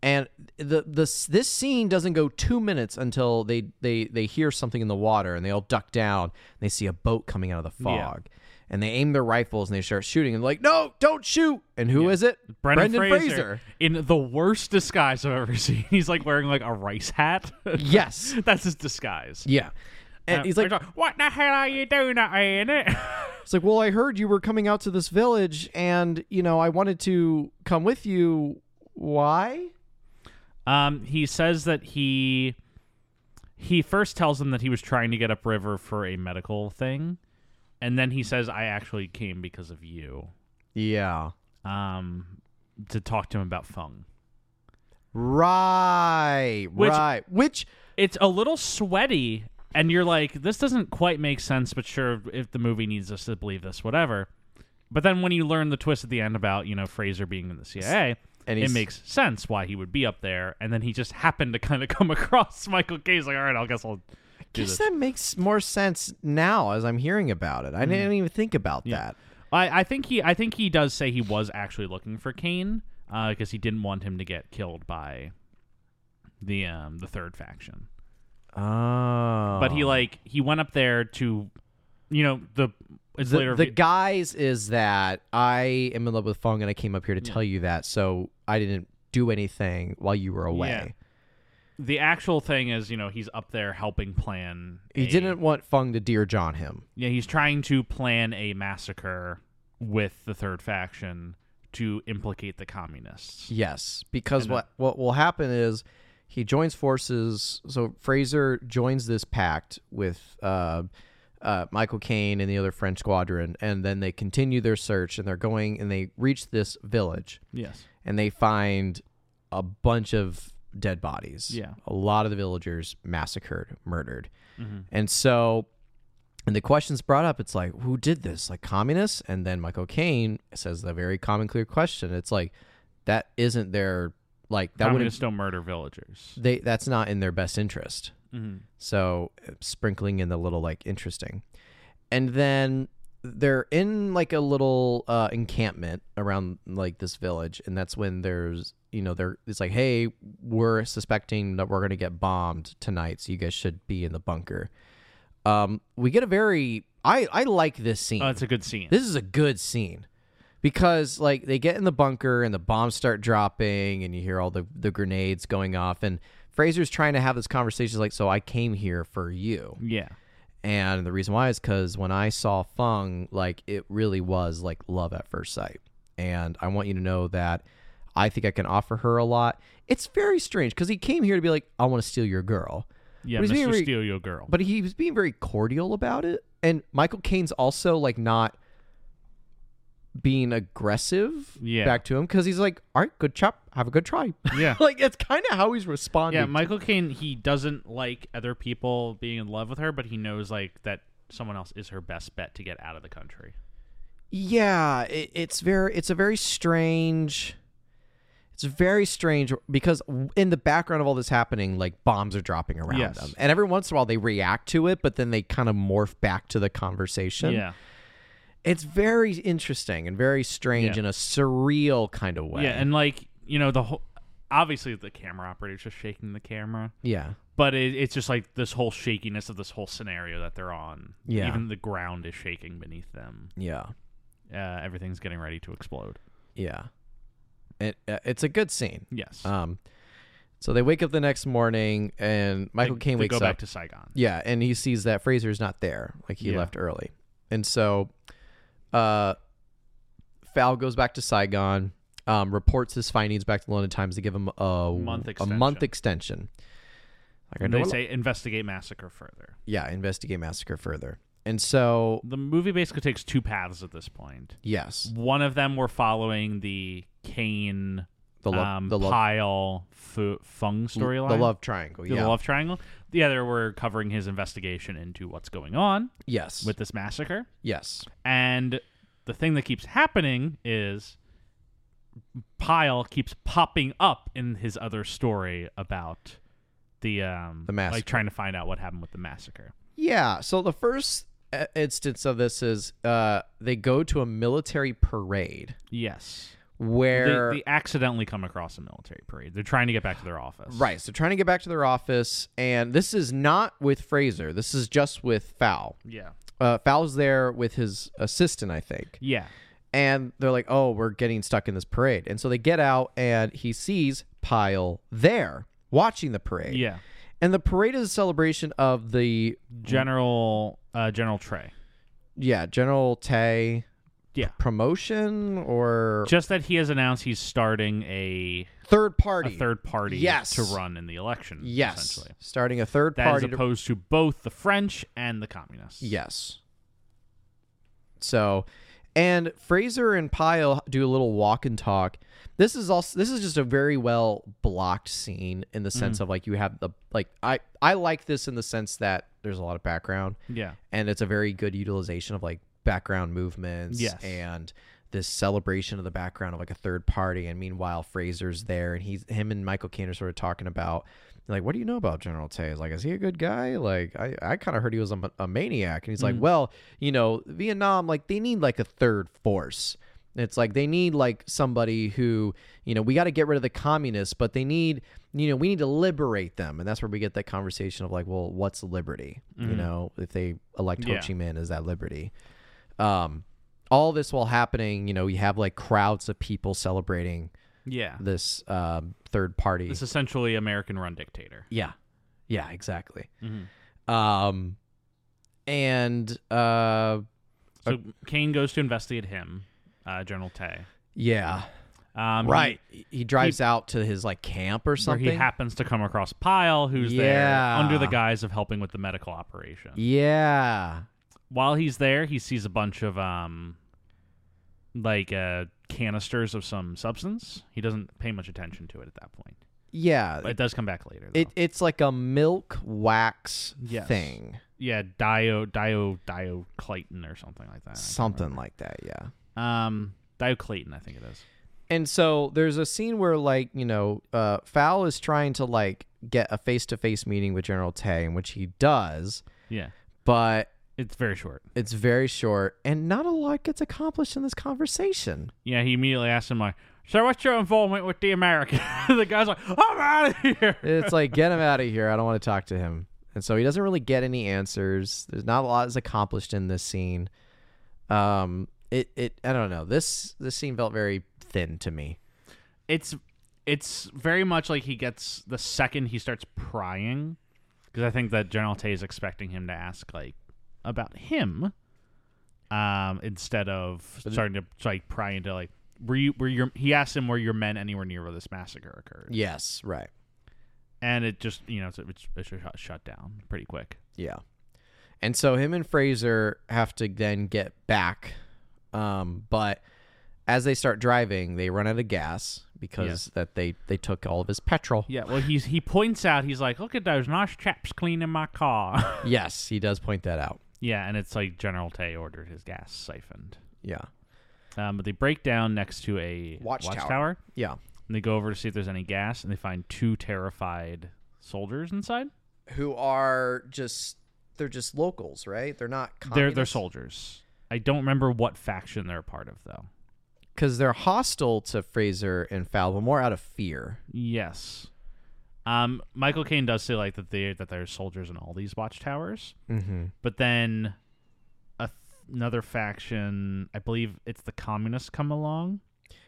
Speaker 2: And the this this scene doesn't go two minutes until they they they hear something in the water and they all duck down. And they see a boat coming out of the
Speaker 1: Yeah.
Speaker 2: fog, and they aim their rifles and they start shooting. And like, no, don't shoot! And who is it?
Speaker 1: Brendan, Fraser, in the worst disguise I've ever seen. He's like wearing like a rice hat.
Speaker 2: Yes.
Speaker 1: That's his disguise.
Speaker 2: Yeah. And
Speaker 1: Uh,
Speaker 2: he's like,
Speaker 1: "What the hell are you doing out here, innit?"
Speaker 2: It's like, well, I heard you were coming out to this village, and you know, I wanted to come with you. Why?
Speaker 1: Um, he says that he he first tells them that he was trying to get upriver for a medical thing, and then he says, "I actually came because of you."
Speaker 2: Yeah.
Speaker 1: Um, to talk to him about Fung.
Speaker 2: Right.
Speaker 1: Which-
Speaker 2: right. Which
Speaker 1: It's a little sweaty, and you're like, "This doesn't quite make sense," but sure, if the movie needs us to believe this, whatever. But then when you learn the twist at the end about you know Fraser being in the CIA,
Speaker 2: and
Speaker 1: it makes sense why he would be up there, and then he just happened to kind of come across Michael Caine's like, "All right, I guess I'll." do
Speaker 2: guess
Speaker 1: this."
Speaker 2: that makes more sense now as I'm hearing about it. I
Speaker 1: Mm.
Speaker 2: didn't even think about that.
Speaker 1: I, I think he I think he does say he was actually looking for Kane because he didn't want him to get killed by the um the third faction.
Speaker 2: Oh.
Speaker 1: But he like he went up there to, you know the it's
Speaker 2: the,
Speaker 1: later
Speaker 2: the guys is that I am in love with Fung, and I came up here to tell you that, so I didn't do anything while you were away.
Speaker 1: the actual thing is you know he's up there helping plan.
Speaker 2: He
Speaker 1: a-
Speaker 2: didn't want Fung to dear John him.
Speaker 1: Yeah, he's trying to plan a massacre with the third faction to implicate the communists.
Speaker 2: Yes, because
Speaker 1: And then-
Speaker 2: what what will happen is he joins forces. So Fraser joins this pact with uh, uh, Michael Caine and the other French squadron, and then they continue their search and they're going and they reach this village
Speaker 1: Yes.
Speaker 2: and they find a bunch of dead bodies.
Speaker 1: Yeah.
Speaker 2: a lot of the villagers massacred, murdered,
Speaker 1: Mm-hmm.
Speaker 2: and so. And the question's brought up. It's like, who did this? Like communists? And then Michael Caine says the very common, clear question. It's like, that isn't their like that would
Speaker 1: communists don't murder villagers.
Speaker 2: they that's not in their best interest.
Speaker 1: Mhm.
Speaker 2: So uh, sprinkling in the little like interesting, and then they're in like a little uh, encampment around like this village, and that's when there's you know they're it's like hey we're suspecting that we're gonna get bombed tonight, so you guys should be in the bunker. Um, we get a very I I like this scene.
Speaker 1: Oh, it's a good scene.
Speaker 2: this is a good scene because like they get in the bunker and the bombs start dropping and you hear all the, the grenades going off and fraser's trying to have this conversation like so i came here for you
Speaker 1: yeah.
Speaker 2: and the reason why is because when i saw fung like it really was like love at first sight and i want you to know that i think i can offer her a lot it's very strange because he came here to be like i want to steal your girl
Speaker 1: Yeah,
Speaker 2: But he's being
Speaker 1: Mr.
Speaker 2: re-
Speaker 1: Steal Your Girl.
Speaker 2: but he was being very cordial about it. And Michael Caine's also like not being aggressive
Speaker 1: Yeah.
Speaker 2: back to him because he's like, "All right, good chap, have a good try."
Speaker 1: Yeah.
Speaker 2: like that's kind of how he's responding.
Speaker 1: Yeah, Michael Caine, he doesn't like other people being in love with her, but he knows like that someone else is her best bet to get out of the country.
Speaker 2: Yeah, it, it's very it's a very strange it's very strange because w- in the background of all this happening, like bombs are dropping around
Speaker 1: Yes.
Speaker 2: them. And every once in a while they react to it, but then they kind of morph back to the conversation.
Speaker 1: Yeah,
Speaker 2: It's very interesting and very strange
Speaker 1: Yeah.
Speaker 2: in a surreal kind of way.
Speaker 1: yeah, and like you know the whole. Obviously, the camera operator's just shaking the camera,
Speaker 2: yeah,
Speaker 1: but it, it's just like this whole shakiness of this whole scenario that they're on.
Speaker 2: Yeah.
Speaker 1: even the ground is shaking beneath them.
Speaker 2: yeah,
Speaker 1: Uh, everything's getting ready to explode.
Speaker 2: yeah. It uh, it's a good scene.
Speaker 1: Yes,
Speaker 2: Um, so they wake up the next morning, and Michael
Speaker 1: They-
Speaker 2: Caine
Speaker 1: they go
Speaker 2: wakes up.
Speaker 1: back to Saigon.
Speaker 2: Yeah, and he sees that Fraser's not there. Like he
Speaker 1: Yeah.
Speaker 2: left early. And so uh Fal goes back to Saigon, um, reports his findings back to London Times to give him a
Speaker 1: Month
Speaker 2: a month extension. Like, I
Speaker 1: And
Speaker 2: know
Speaker 1: they
Speaker 2: a-
Speaker 1: say investigate massacre further.
Speaker 2: yeah, investigate massacre further. And so
Speaker 1: The movie basically takes two paths at this point.
Speaker 2: yes,
Speaker 1: One of them we're following the Kane
Speaker 2: the love
Speaker 1: um,
Speaker 2: the love
Speaker 1: Pyle Fu- Fung
Speaker 2: the
Speaker 1: storyline.
Speaker 2: love triangle.
Speaker 1: The
Speaker 2: Yeah.
Speaker 1: love triangle. The other we're covering his investigation into what's going on
Speaker 2: yes.
Speaker 1: with this massacre.
Speaker 2: yes.
Speaker 1: And the thing that keeps happening is Pyle keeps popping up in his other story about the um
Speaker 2: The massacre.
Speaker 1: like trying to find out what happened with the massacre.
Speaker 2: Yeah. So the first uh, instance of this is uh they go to a military parade
Speaker 1: Yes.
Speaker 2: where
Speaker 1: They, they accidentally come across a military parade. They're trying to get back to their office.
Speaker 2: Right. So trying to get back to their office, and this is not with Fraser. This is just with Fowl.
Speaker 1: Yeah.
Speaker 2: Uh, Fowl's there with his assistant, I think.
Speaker 1: Yeah.
Speaker 2: And they're like, oh, we're getting stuck in this parade. And so they get out, and he sees Pyle there watching the parade.
Speaker 1: Yeah.
Speaker 2: And the parade is a celebration of the,
Speaker 1: General uh General Trey.
Speaker 2: yeah, General Tay
Speaker 1: Yeah.
Speaker 2: promotion or
Speaker 1: Just that he has announced he's starting a,
Speaker 2: third
Speaker 1: a
Speaker 2: party.
Speaker 1: third party
Speaker 2: Yes.
Speaker 1: to run in the election.
Speaker 2: yes.
Speaker 1: Essentially.
Speaker 2: Starting a third
Speaker 1: That is
Speaker 2: party. to-
Speaker 1: opposed to both the French and the communists.
Speaker 2: Yes. So, and Fraser and Pyle do a little walk and talk. This is also this is just a very well blocked scene in the
Speaker 1: Mm-hmm.
Speaker 2: sense of like you have the like I I like this in the sense that there's a lot of background
Speaker 1: Yeah.
Speaker 2: and it's a very good utilization of like background movements
Speaker 1: Yes.
Speaker 2: and this celebration of the background of like a third party and meanwhile Fraser's there and he's him and Michael Caine are sort of talking about like what do you know about General Tay? Like is he a good guy? Like I, I kind of heard he was a, ma- a maniac and he's like well you know Vietnam like they need like a third force. It's like they need like somebody who you know we got to get rid of the communists but they need you know we need to liberate them and that's where we get that conversation of like well what's liberty you know if they elect Ho
Speaker 1: Mm-hmm. Yeah.
Speaker 2: Chi Minh is that liberty um all this while happening you know you have like crowds of people celebrating
Speaker 1: Yeah.
Speaker 2: this um third party
Speaker 1: This essentially American run dictator.
Speaker 2: yeah yeah exactly
Speaker 1: Mhm.
Speaker 2: um and uh
Speaker 1: So Kane goes to investigate him, uh, General Tay.
Speaker 2: yeah
Speaker 1: Um, he-
Speaker 2: he, he drives out to his like camp or
Speaker 1: where
Speaker 2: something
Speaker 1: he happens to come across Pyle, who's there
Speaker 2: Yeah.
Speaker 1: under the guise of helping with the medical operation.
Speaker 2: yeah
Speaker 1: While he's there, he sees a bunch of um, like uh, canisters of some substance. He doesn't pay much attention to it at that point.
Speaker 2: yeah
Speaker 1: But it does come back later. Though.
Speaker 2: It it's like a milk wax
Speaker 1: Yes.
Speaker 2: thing,
Speaker 1: yeah, dio dio diocliton or something like that. I can't
Speaker 2: something like that, yeah.
Speaker 1: remember. Um, diocliton, I think it is.
Speaker 2: And so there's a scene where like you know, uh, Fowl is trying to like get a face to face meeting with General Tay, in which he does,
Speaker 1: Yeah,
Speaker 2: but
Speaker 1: it's very short.
Speaker 2: it's very short and not a lot gets accomplished in this conversation.
Speaker 1: Yeah, he immediately asks him like, "So what's your involvement with the American?" the guy's like, "I'm out of here."
Speaker 2: It's like get him out of here. I don't want to talk to him. And so he doesn't really get any answers. There's not a lot is accomplished in this scene. Um, it, it I don't know. This this scene felt very thin to me.
Speaker 1: it's it's very much like he gets the second he starts prying because I think that General Tay is expecting him to ask like about him um instead of starting to like pry into like were you were your he asked him were your men anywhere near where this massacre occurred
Speaker 2: Yes, right.
Speaker 1: and it just you know it's it's, it's shut, shut down pretty quick
Speaker 2: Yeah. And so him and Fraser have to then get back. Um, but as they start driving, they run out of gas because that they they took all of his petrol.
Speaker 1: yeah well he's he points out he's like look at those nice chaps cleaning my car
Speaker 2: Yes, he does point that out.
Speaker 1: yeah and it's like General Tay ordered his gas siphoned
Speaker 2: Yeah.
Speaker 1: um but they break down next to a
Speaker 2: Watchtower.
Speaker 1: watchtower
Speaker 2: Yeah.
Speaker 1: and they go over to see if there's any gas and they find two terrified soldiers inside
Speaker 2: Who are just they're just locals, right? They're not
Speaker 1: they're they're soldiers i don't remember what faction they're a part of though
Speaker 2: because they're hostile to Fraser and Falba more out of fear.
Speaker 1: yes um michael caine does say like that they that there's soldiers in all these watchtowers
Speaker 2: Mm-hmm.
Speaker 1: but then a th- another faction i believe it's the communists come along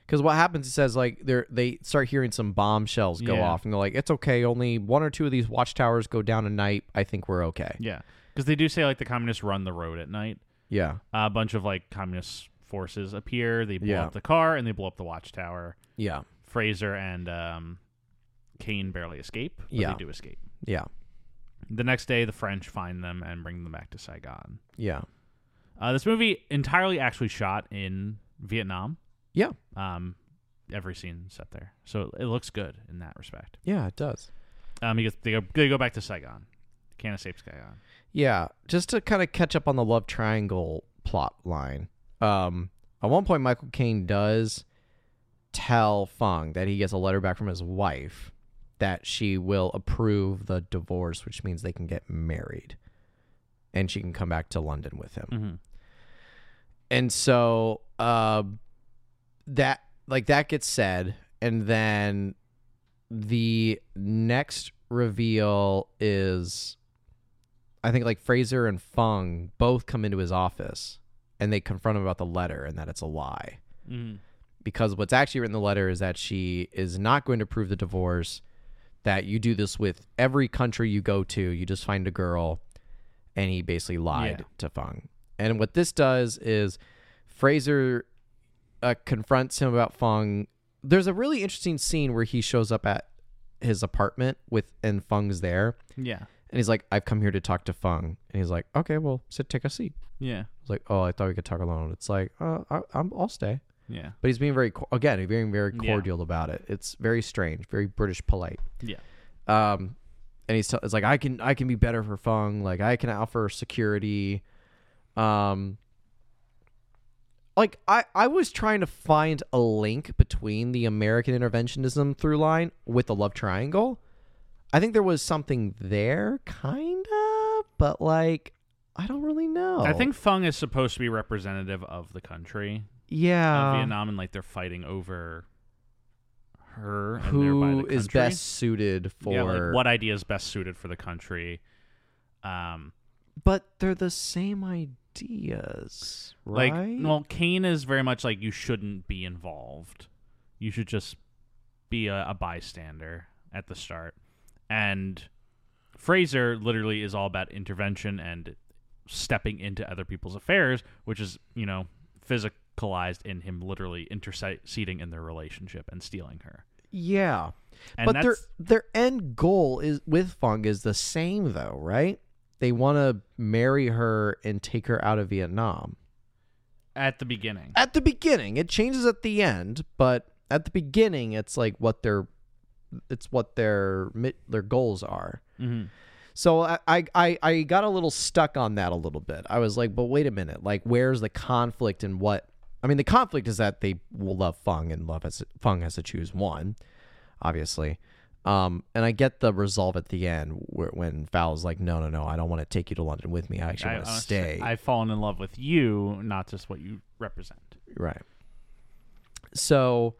Speaker 2: Because what happens, it says like they are they start hearing some bombshells go
Speaker 1: Yeah.
Speaker 2: off, and they're like, "It's okay, only one or two of these watchtowers go down a night. I think we're okay."
Speaker 1: yeah because they do say like the communists run the road at night
Speaker 2: Yeah,
Speaker 1: a bunch of like communist forces appear they blow
Speaker 2: Yeah.
Speaker 1: up the car and they blow up the watchtower
Speaker 2: yeah,
Speaker 1: Fraser and um, Kane barely escape. But
Speaker 2: Yeah.
Speaker 1: They do escape.
Speaker 2: yeah,
Speaker 1: The next day, the French find them and bring them back to Saigon.
Speaker 2: yeah,
Speaker 1: Uh, this movie entirely actually shot in Vietnam.
Speaker 2: yeah,
Speaker 1: Um, every scene set there, so it looks good in that respect.
Speaker 2: yeah. It does.
Speaker 1: Um, he gets, they, go, they go back to Saigon. Can't escape Saigon.
Speaker 2: Yeah, just to kind of catch up on the love triangle plot line. Um, at one point, Michael Caine does tell Fung that he gets a letter back from his wife that she will approve the divorce, which means they can get married, and she can come back to London with him.
Speaker 1: Mm-hmm.
Speaker 2: And so uh, that like that gets said, and then the next reveal is I think like Fraser and Fung both come into his office and they confront him about the letter and that it's a lie.
Speaker 1: Mm-hmm.
Speaker 2: Because what's actually written in the letter is that she is not going to approve the divorce, that you do this with every country you go to, you just find a girl, and he basically lied
Speaker 1: Yeah.
Speaker 2: to Fung. And what this does is Fraser uh, confronts him about Fung. There's a really interesting scene where he shows up at his apartment with and Fung's there,
Speaker 1: Yeah.
Speaker 2: and he's like, "I've come here to talk to Fung," and he's like, "Okay, well, sit, take a seat."
Speaker 1: Yeah.
Speaker 2: It's like, "Oh, I thought we could talk alone." It's like, uh, I, I'm, I'll stay.
Speaker 1: Yeah.
Speaker 2: But he's being very co- again, he's being very
Speaker 1: Yeah.
Speaker 2: cordial about it. It's very strange, very British polite.
Speaker 1: Yeah.
Speaker 2: Um, and he's tell it's like I can I can be better for Fung. Like I can offer security. Um, like I I was trying to find a link between the American interventionism through line with the love triangle. I think there was something there, kinda, but like I don't really know.
Speaker 1: I think Fung is supposed to be representative of the country of
Speaker 2: yeah.
Speaker 1: Vietnam, and like they're fighting over her and thereby
Speaker 2: Who
Speaker 1: the
Speaker 2: is
Speaker 1: country.
Speaker 2: best suited for
Speaker 1: yeah, like what idea is best suited for the country. Um,
Speaker 2: but they're the same ideas, right?
Speaker 1: like well, Kane is very much like you shouldn't be involved. You should just be a, a bystander at the start. And Fraser literally is all about intervention and stepping into other people's affairs, which is you know physicalized in him literally interceding in their relationship and stealing her.
Speaker 2: yeah,
Speaker 1: And
Speaker 2: but their
Speaker 1: that's
Speaker 2: their end goal is with Fung is the same though, right? They want to marry her and take her out of Vietnam.
Speaker 1: at the beginning.
Speaker 2: At the beginning, it changes at the end, but at the beginning, it's like what their it's what their mi- their goals are.
Speaker 1: hmm
Speaker 2: So I, I I I got a little stuck on that a little bit. I was like, but wait a minute, like where's the conflict and what? I mean, the conflict is that they will love Fung and love has Fung has to choose one, obviously. Um, and I get the resolve at the end where, when Fowl's like, no, no, no, I don't want to take you to London with me. I actually want to
Speaker 1: honestly-
Speaker 2: stay.
Speaker 1: I've fallen in love with you, not just what you represent.
Speaker 2: right. So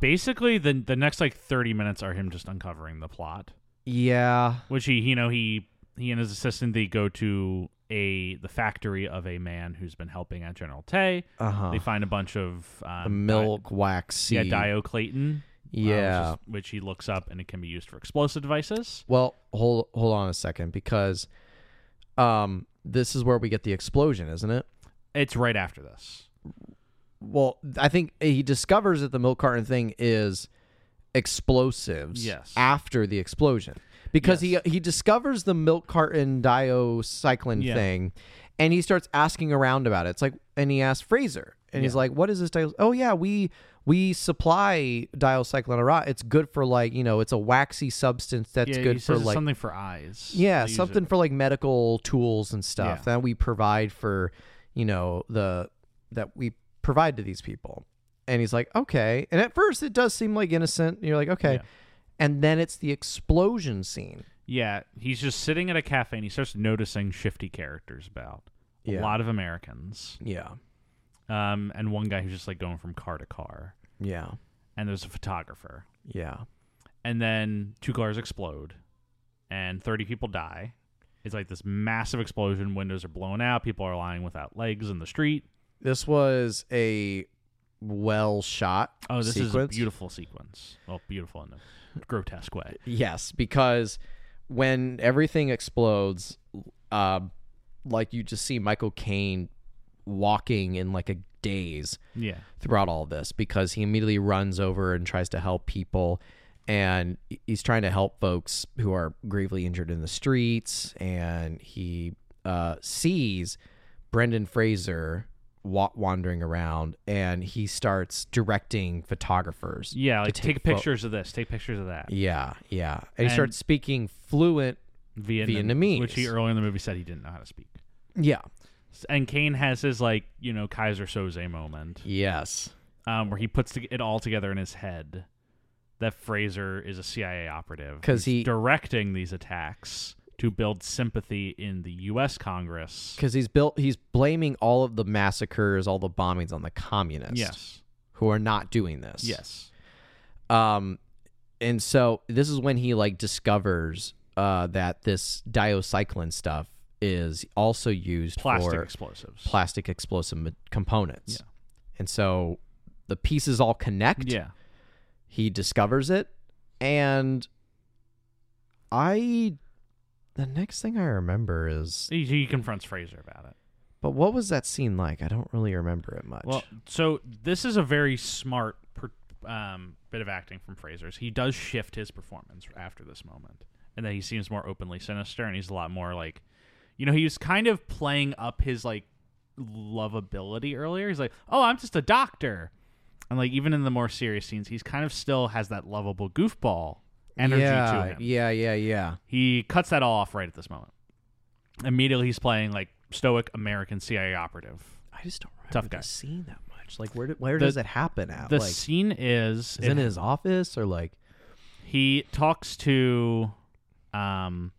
Speaker 1: Basically, the the next like thirty minutes are him just uncovering the plot
Speaker 2: Yeah.
Speaker 1: which he you know he he and his assistant they go to a the factory of a man who's been helping out General Tay.
Speaker 2: Uh huh.
Speaker 1: They find a bunch of um,
Speaker 2: The milk wax
Speaker 1: di- yeah,
Speaker 2: seed.
Speaker 1: dioclayton. uh, which
Speaker 2: Yeah.
Speaker 1: is- which, he looks up and it can be used for explosive devices.
Speaker 2: Well, hold hold on a second because um this is where we get the explosion, isn't it?
Speaker 1: It's right after this.
Speaker 2: Well, I think he discovers that the milk carton thing is explosives
Speaker 1: Yes.
Speaker 2: after the explosion. Because
Speaker 1: Yes.
Speaker 2: he he discovers the milk carton diocycline
Speaker 1: Yeah.
Speaker 2: thing and he starts asking around about it. It's like and he asks Fraser and he's
Speaker 1: Yeah.
Speaker 2: like, "What is this dio- Oh yeah, we we supply diocycline rot. It's good for like, you know, it's a waxy substance that's
Speaker 1: yeah, he
Speaker 2: good for
Speaker 1: says it's
Speaker 2: like
Speaker 1: something for eyes.
Speaker 2: yeah,
Speaker 1: They use
Speaker 2: something
Speaker 1: it.
Speaker 2: for like medical tools and stuff
Speaker 1: Yeah.
Speaker 2: that we provide for, you know, the that we provide to these people. And he's like, okay. And at first, it does seem like innocent. You're like, okay.
Speaker 1: Yeah.
Speaker 2: And then it's the explosion scene.
Speaker 1: Yeah, he's just sitting at a cafe and he starts noticing shifty characters about a
Speaker 2: Yeah.
Speaker 1: lot of Americans,
Speaker 2: Yeah.
Speaker 1: um, and one guy who's just like going from car to car,
Speaker 2: Yeah.
Speaker 1: and there's a photographer.
Speaker 2: Yeah.
Speaker 1: and then two cars explode and 30 people die it's like this massive explosion windows are blown out people are lying without legs in the street
Speaker 2: This was a well shot.
Speaker 1: oh this is a
Speaker 2: sequence.
Speaker 1: beautiful sequence well beautiful in a grotesque way
Speaker 2: Yes, because when everything explodes, uh, like you just see Michael Caine walking in like a daze.
Speaker 1: yeah
Speaker 2: throughout all this because he immediately runs over and tries to help people and he's trying to help folks who are gravely injured in the streets and he uh, sees brendan fraser wa- wandering around and he starts directing photographers
Speaker 1: yeah like take,
Speaker 2: take pho-
Speaker 1: pictures of this take pictures of that
Speaker 2: yeah yeah and, he
Speaker 1: And-
Speaker 2: starts speaking fluent
Speaker 1: Vietnam-
Speaker 2: Vietnamese.
Speaker 1: which he earlier in the movie said he didn't know how to speak
Speaker 2: yeah
Speaker 1: S- and Kane has his like you know Kaiser Soze moment
Speaker 2: yes
Speaker 1: um, where he puts to- it all together in his head that Fraser is a CIA operative
Speaker 2: 'Cause
Speaker 1: who's
Speaker 2: he-
Speaker 1: directing these attacks to build sympathy in the U.S. Congress.
Speaker 2: because he's built he's blaming all of the massacres all the bombings on the communists
Speaker 1: Yes,
Speaker 2: who are not doing this
Speaker 1: yes,
Speaker 2: Um, and so this is when he like discovers uh, that this diocycline stuff is also used
Speaker 1: plastic
Speaker 2: for
Speaker 1: explosives.
Speaker 2: plastic explosive ma- components.
Speaker 1: Yeah.
Speaker 2: And so the pieces all connect.
Speaker 1: yeah,
Speaker 2: He discovers it, and I. The next thing I remember is,
Speaker 1: he, he confronts Fraser about it.
Speaker 2: but what was that scene like? I don't really remember it much.
Speaker 1: Well, so this is a very smart per, um, bit of acting from Fraser's. He does shift his performance after this moment, and then he seems more openly sinister, and he's a lot more like, you know, he was kind of playing up his like lovability earlier. He's like, oh, I'm just a doctor, and like even in the more serious scenes, he's kind of still has that lovable goofball energy
Speaker 2: yeah,
Speaker 1: to him.
Speaker 2: yeah, yeah, yeah.
Speaker 1: He cuts that all off right at this moment. Immediately, he's playing like stoic American CIA operative.
Speaker 2: I just don't remember
Speaker 1: Tough
Speaker 2: the
Speaker 1: guy.
Speaker 2: scene that much. Like, where do, where
Speaker 1: The-
Speaker 2: does it happen at?
Speaker 1: The
Speaker 2: like,
Speaker 1: scene is
Speaker 2: Is it in his office or like
Speaker 1: he talks to um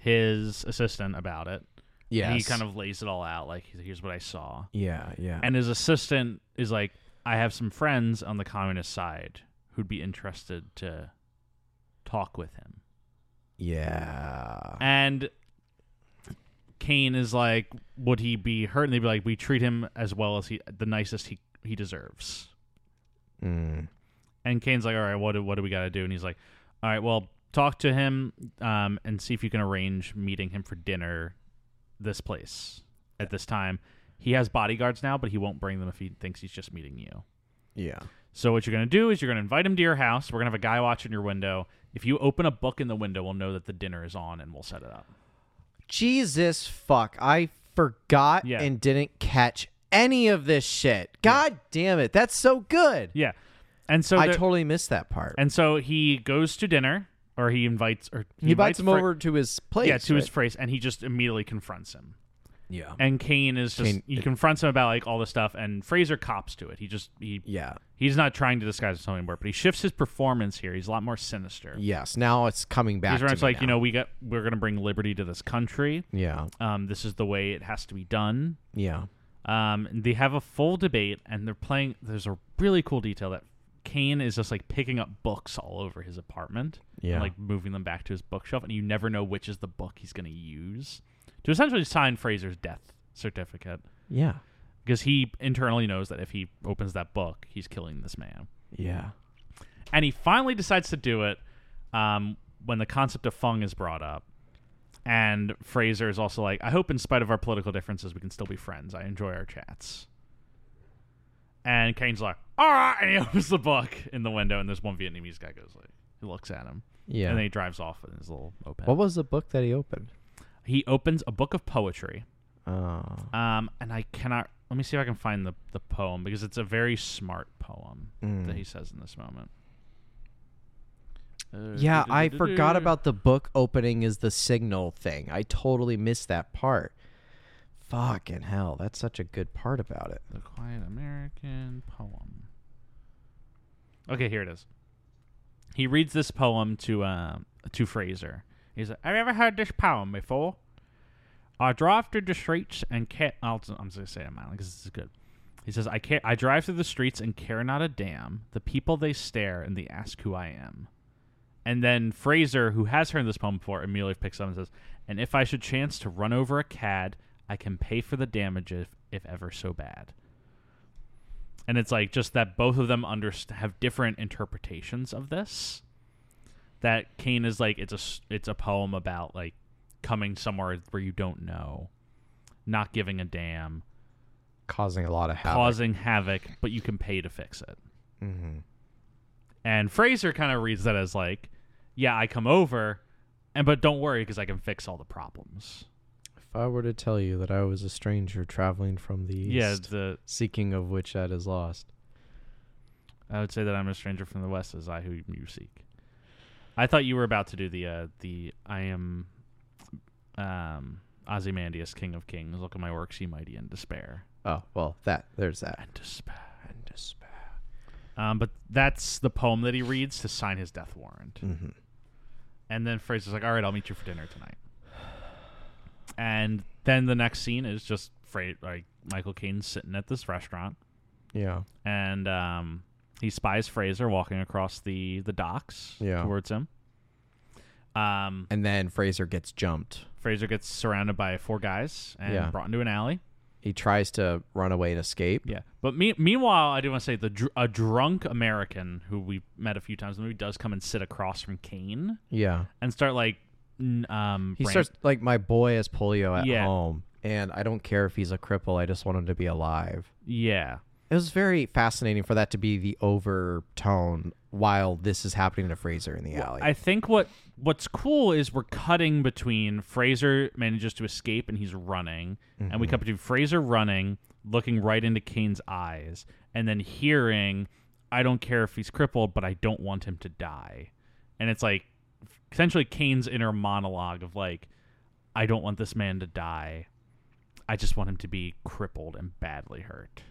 Speaker 1: his assistant about it
Speaker 2: yeah
Speaker 1: and he kind of lays it all out like here's what i saw
Speaker 2: yeah yeah
Speaker 1: and his assistant is like i have some friends on the communist side who'd be interested to talk with him
Speaker 2: yeah
Speaker 1: and kane is like would he be hurt and they'd be like we treat him as well as he the nicest he he deserves
Speaker 2: mm.
Speaker 1: And Kane's like, all right, what do, what do we got to do? And he's like, all right, well, talk to him um, and see if you can arrange meeting him for dinner this place at this time. He has bodyguards now, but he won't bring them if he thinks he's just meeting you.
Speaker 2: yeah
Speaker 1: So what you're going to do is you're going to invite him to your house. We're going to have a guy watching your window. If you open a book in the window, we'll know that the dinner is on and we'll set it up.
Speaker 2: Jesus fuck I forgot
Speaker 1: Yeah.
Speaker 2: and didn't catch any of this shit God damn it that's so good
Speaker 1: Yeah. And so
Speaker 2: I
Speaker 1: there-
Speaker 2: totally missed that part
Speaker 1: and so he goes to dinner or he invites or
Speaker 2: he invites him
Speaker 1: Fra-
Speaker 2: over to his place
Speaker 1: yeah, to his
Speaker 2: right?
Speaker 1: phrase and he just immediately confronts him.
Speaker 2: yeah
Speaker 1: and Kane is just
Speaker 2: Kane-
Speaker 1: he confronts him about like all this stuff, and Fraser cops to it. He just he
Speaker 2: yeah
Speaker 1: he's not trying to disguise himself anymore, but he shifts his performance here. He's a lot more sinister.
Speaker 2: yes now it's coming back
Speaker 1: He's very
Speaker 2: to
Speaker 1: much
Speaker 2: me
Speaker 1: like you
Speaker 2: now.
Speaker 1: know we got we're gonna bring liberty to this country.
Speaker 2: yeah
Speaker 1: Um, this is the way it has to be done.
Speaker 2: yeah
Speaker 1: Um, and they have a full debate, and they're playing. There's a really cool detail that Kane is just like picking up books all over his apartment,
Speaker 2: Yeah.
Speaker 1: and, like moving them back to his bookshelf, and you never know which is the book he's going to use to essentially sign Fraser's death certificate
Speaker 2: yeah.
Speaker 1: because he internally knows that if he opens that book, he's killing this man.
Speaker 2: Yeah.
Speaker 1: And he finally decides to do it um, when the concept of Fung is brought up. And Fraser is also like, I hope, in spite of our political differences, we can still be friends. I enjoy our chats. And Kane's like, all right. And he opens the book in the window, and this one Vietnamese guy goes, like, he looks at him.
Speaker 2: Yeah.
Speaker 1: And then he drives off in his little moped.
Speaker 2: what was the book that he opened?
Speaker 1: he opens a book of poetry.
Speaker 2: Oh.
Speaker 1: Um, and I cannot. Let me see if I can find the the poem because it's a very smart poem
Speaker 2: Mm.
Speaker 1: that he says in this moment. Uh,
Speaker 2: Yeah, I forgot
Speaker 1: do-do-do-do-do.
Speaker 2: about the book opening is the signal thing. I totally missed that part. Fucking hell, that's such a good part about it.
Speaker 1: the quiet American poem. Okay, here it is. He reads this poem to uh, to Fraser. He's like, "Have you ever heard this poem before?" I drive through the streets and care. I'll, I'm just gonna say it in my because this is good. He says, "I care. I drive through the streets and care not a damn. The people they stare and they ask who I am." And then Fraser, who has heard this poem before, immediately picks up and says, "And if I should chance to run over a cad, I can pay for the damage if, if ever so bad." And it's like just that both of them underst- have different interpretations of this. That Cain is like it's a s- it's a poem about like coming somewhere where you don't know, not giving a damn,
Speaker 2: Causing a lot of havoc.
Speaker 1: causing havoc, but you can pay to fix it.
Speaker 2: Mhm.
Speaker 1: And Fraser kind of reads that as like, yeah, I come over, and but don't worry because I can fix all the problems.
Speaker 2: If I were to tell you that I was a stranger traveling from the east,
Speaker 1: Yeah, the
Speaker 2: seeking of which that is lost.
Speaker 1: I would say that I'm a stranger from the west as I who you seek. I thought you were about to do the uh, the I am um Ozymandias, King of Kings. Look at my works, ye mighty, and despair.
Speaker 2: Oh, well, that there's that.
Speaker 1: And despair.
Speaker 2: And despair.
Speaker 1: Um, but that's the poem that he reads to sign his death warrant.
Speaker 2: Mhm.
Speaker 1: And then Fraser's like, "All right, I'll meet you for dinner tonight." And then the next scene is just Fra- like Michael Caine sitting at this restaurant,
Speaker 2: Yeah.
Speaker 1: and um, he spies Fraser walking across the the docks
Speaker 2: Yeah.
Speaker 1: towards him. Um,
Speaker 2: And then Fraser gets jumped.
Speaker 1: Fraser gets surrounded by four guys and
Speaker 2: Yeah.
Speaker 1: brought into an alley.
Speaker 2: He tries to run away and escape.
Speaker 1: Yeah, but me- meanwhile, I do want to say the dr- a drunk American who we met a few times in the movie does come and sit across from Kane
Speaker 2: Yeah.
Speaker 1: and start like, n- um,
Speaker 2: He
Speaker 1: bran-
Speaker 2: starts like my boy has polio at
Speaker 1: Yeah.
Speaker 2: home, and I don't care if he's a cripple. I just want him to be alive.
Speaker 1: yeah,
Speaker 2: It was very fascinating for that to be the overtone while this is happening to Fraser in the alley.
Speaker 1: I think what what's cool is we're cutting between Fraser manages to escape and he's running, and we cut between Fraser running, looking right into Kane's eyes, and then hearing, "I don't care if he's crippled, but I don't want him to die," and it's like essentially Kane's inner monologue of like, "I don't want this man to die, I just want him to be crippled and badly hurt."